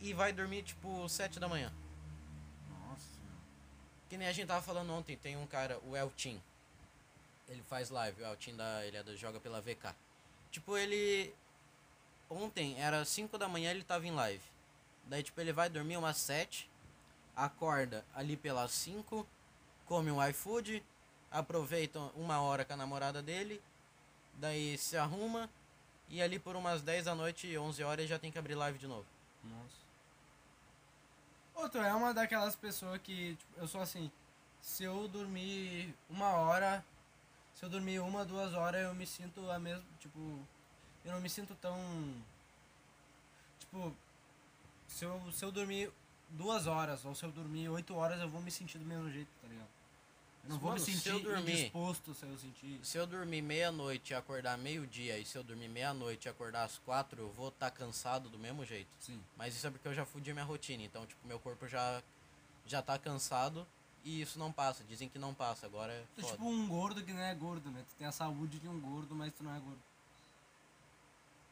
B: e vai dormir, tipo, sete da manhã.
A: Nossa. mano.
B: Que nem a gente tava falando ontem, tem um cara, o Eltin. Ele faz live, o Eltin da, ele é da- joga pela VK. Tipo, ele. Ontem era 5 da manhã ele tava em live. Daí, tipo, ele vai dormir umas 7, acorda ali pelas 5, come um iFood, aproveita uma hora com a namorada dele, daí se arruma, e ali por umas 10 da noite, 11 horas, ele já tem que abrir live de novo.
A: Nossa. Outro, é uma daquelas pessoas que, tipo, eu sou assim, se eu dormir uma hora, se eu dormir uma, duas horas, eu me sinto a mesma. Tipo, eu não me sinto tão. Tipo, se eu, se eu dormir duas horas ou se eu dormir oito horas, eu vou me sentir do mesmo jeito, tá ligado? Eu não vou
B: Mano,
A: me
B: se
A: sentir
B: eu dormir-
A: indisposto se eu sentir.
B: Se eu dormir meia-noite e acordar meio-dia, e se eu dormir meia-noite e acordar às quatro, eu vou estar cansado do mesmo jeito.
A: Sim.
B: Mas isso é porque eu já fudi minha rotina, então, tipo, meu corpo já, já tá cansado e isso não passa. Dizem que não passa, agora é
A: Tu é
B: foda.
A: tipo um gordo que não é gordo, né? Tu tem a saúde de um gordo, mas tu não é gordo.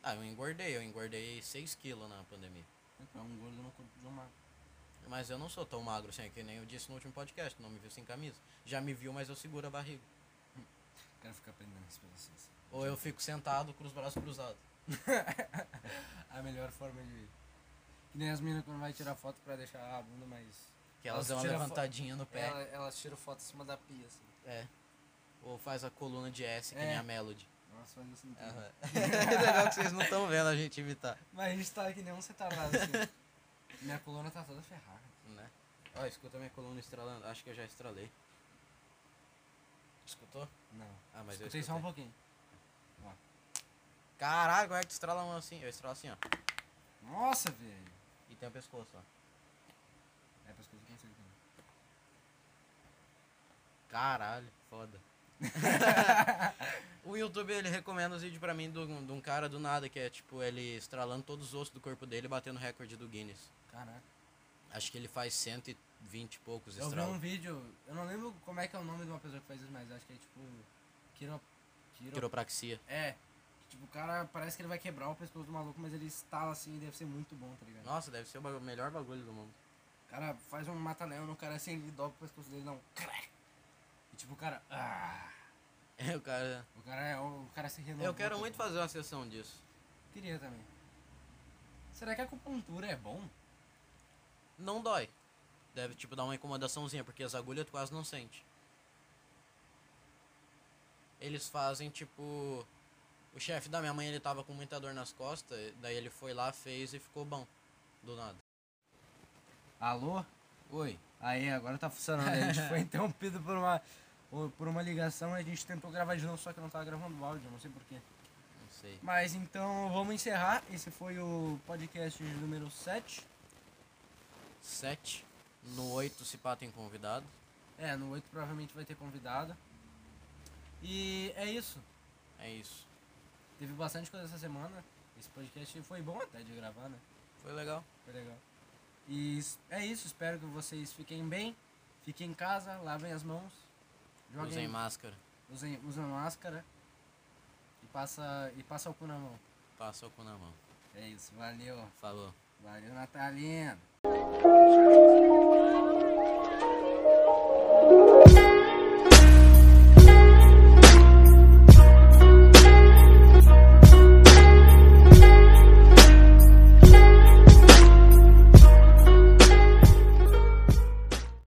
B: Ah, eu engordei, eu engordei 6 quilos na pandemia.
A: Tu é um gordo no corpo de um magro.
B: Mas eu não sou tão magro assim, é que nem eu disse no último podcast, não me viu sem camisa. Já me viu, mas eu seguro a barriga.
A: Quero ficar aprendendo isso pra vocês.
B: Ou eu fico sentado com os braços cruzados.
A: a melhor forma de. Que nem as meninas quando vai tirar foto pra deixar a bunda mais.
B: Que elas
A: Elas
B: dão uma
A: tiram a fo-
B: levantadinha no pé.
A: Ela- elas tiram foto em cima da pia, assim.
B: É. Ou faz a coluna de S, que
A: É.
B: nem a Melody.
A: Nossa, assim, faz isso no
B: é
A: tempo.
B: legal que vocês não estão vendo a gente imitar.
A: Mas a gente tá que nem um retardado assim. Minha coluna tá toda ferrada.
B: Né? Ó, escuta minha coluna estralando. Acho que eu já estralei. Escutou?
A: Não.
B: Ah, mas eu
A: escutei
B: escutei.
A: só um pouquinho.
B: Caraca, como é que tu estrala a mão assim? Eu estralo assim, ó.
A: Nossa, velho.
B: E tem o pescoço, ó.
A: É, pra escutar consigo também.
B: Caralho, foda. o YouTube, ele recomenda os vídeos pra mim do- de um cara do nada, que é tipo, ele estralando todos os ossos do corpo dele e batendo recorde do Guinness.
A: Caraca.
B: Acho que ele faz 120 e poucos
A: Eu vi um
B: estralos.
A: vídeo, eu não lembro como é que é o nome de uma pessoa que faz isso, mas acho que é tipo. Quiro. Quiro.
B: Quiropraxia.
A: É. Que, Tipo, o cara parece que ele vai quebrar o pescoço do maluco, mas ele estala assim e deve ser muito bom, tá ligado?
B: Nossa, deve ser o bagu- melhor bagulho do mundo.
A: O cara faz um mata-leão no cara assim, ele dobra o pescoço dele, não. Crack. E tipo, o cara. Ah,
B: É, o cara...
A: o cara é. O cara se renova.
B: Eu quero muito fazer uma sessão disso.
A: Queria também. Será que a acupuntura é bom?
B: Não dói. Deve, tipo, dar uma incomodaçãozinha, porque as agulhas tu quase não sente. Eles fazem, tipo... O chefe da minha mãe, ele tava com muita dor nas costas, daí ele foi lá, fez e ficou bom. Do nada.
A: Alô?
B: Oi.
A: Aí, agora tá funcionando. A gente foi interrompido por uma, por uma ligação e a gente tentou gravar de novo, só que não tava gravando o áudio, não sei porquê.
B: Não sei.
A: Mas então vamos encerrar. Esse foi o podcast de número 7.
B: Sete. No oito, se pá, tem convidado.
A: É, no 8 provavelmente vai ter convidado. E é isso.
B: É isso.
A: Teve bastante coisa essa semana. Esse podcast foi bom até de gravar, né?
B: Foi legal.
A: Foi legal. E es- é isso. Espero que vocês fiquem bem. Fiquem em casa, lavem as mãos.
B: Usem
A: Joguem,
B: máscara.
A: usem, usem máscara. E passa, e passa o cu na mão.
B: Passa o cu na mão.
A: É isso. Valeu.
B: Falou.
A: Valeu, Natalina.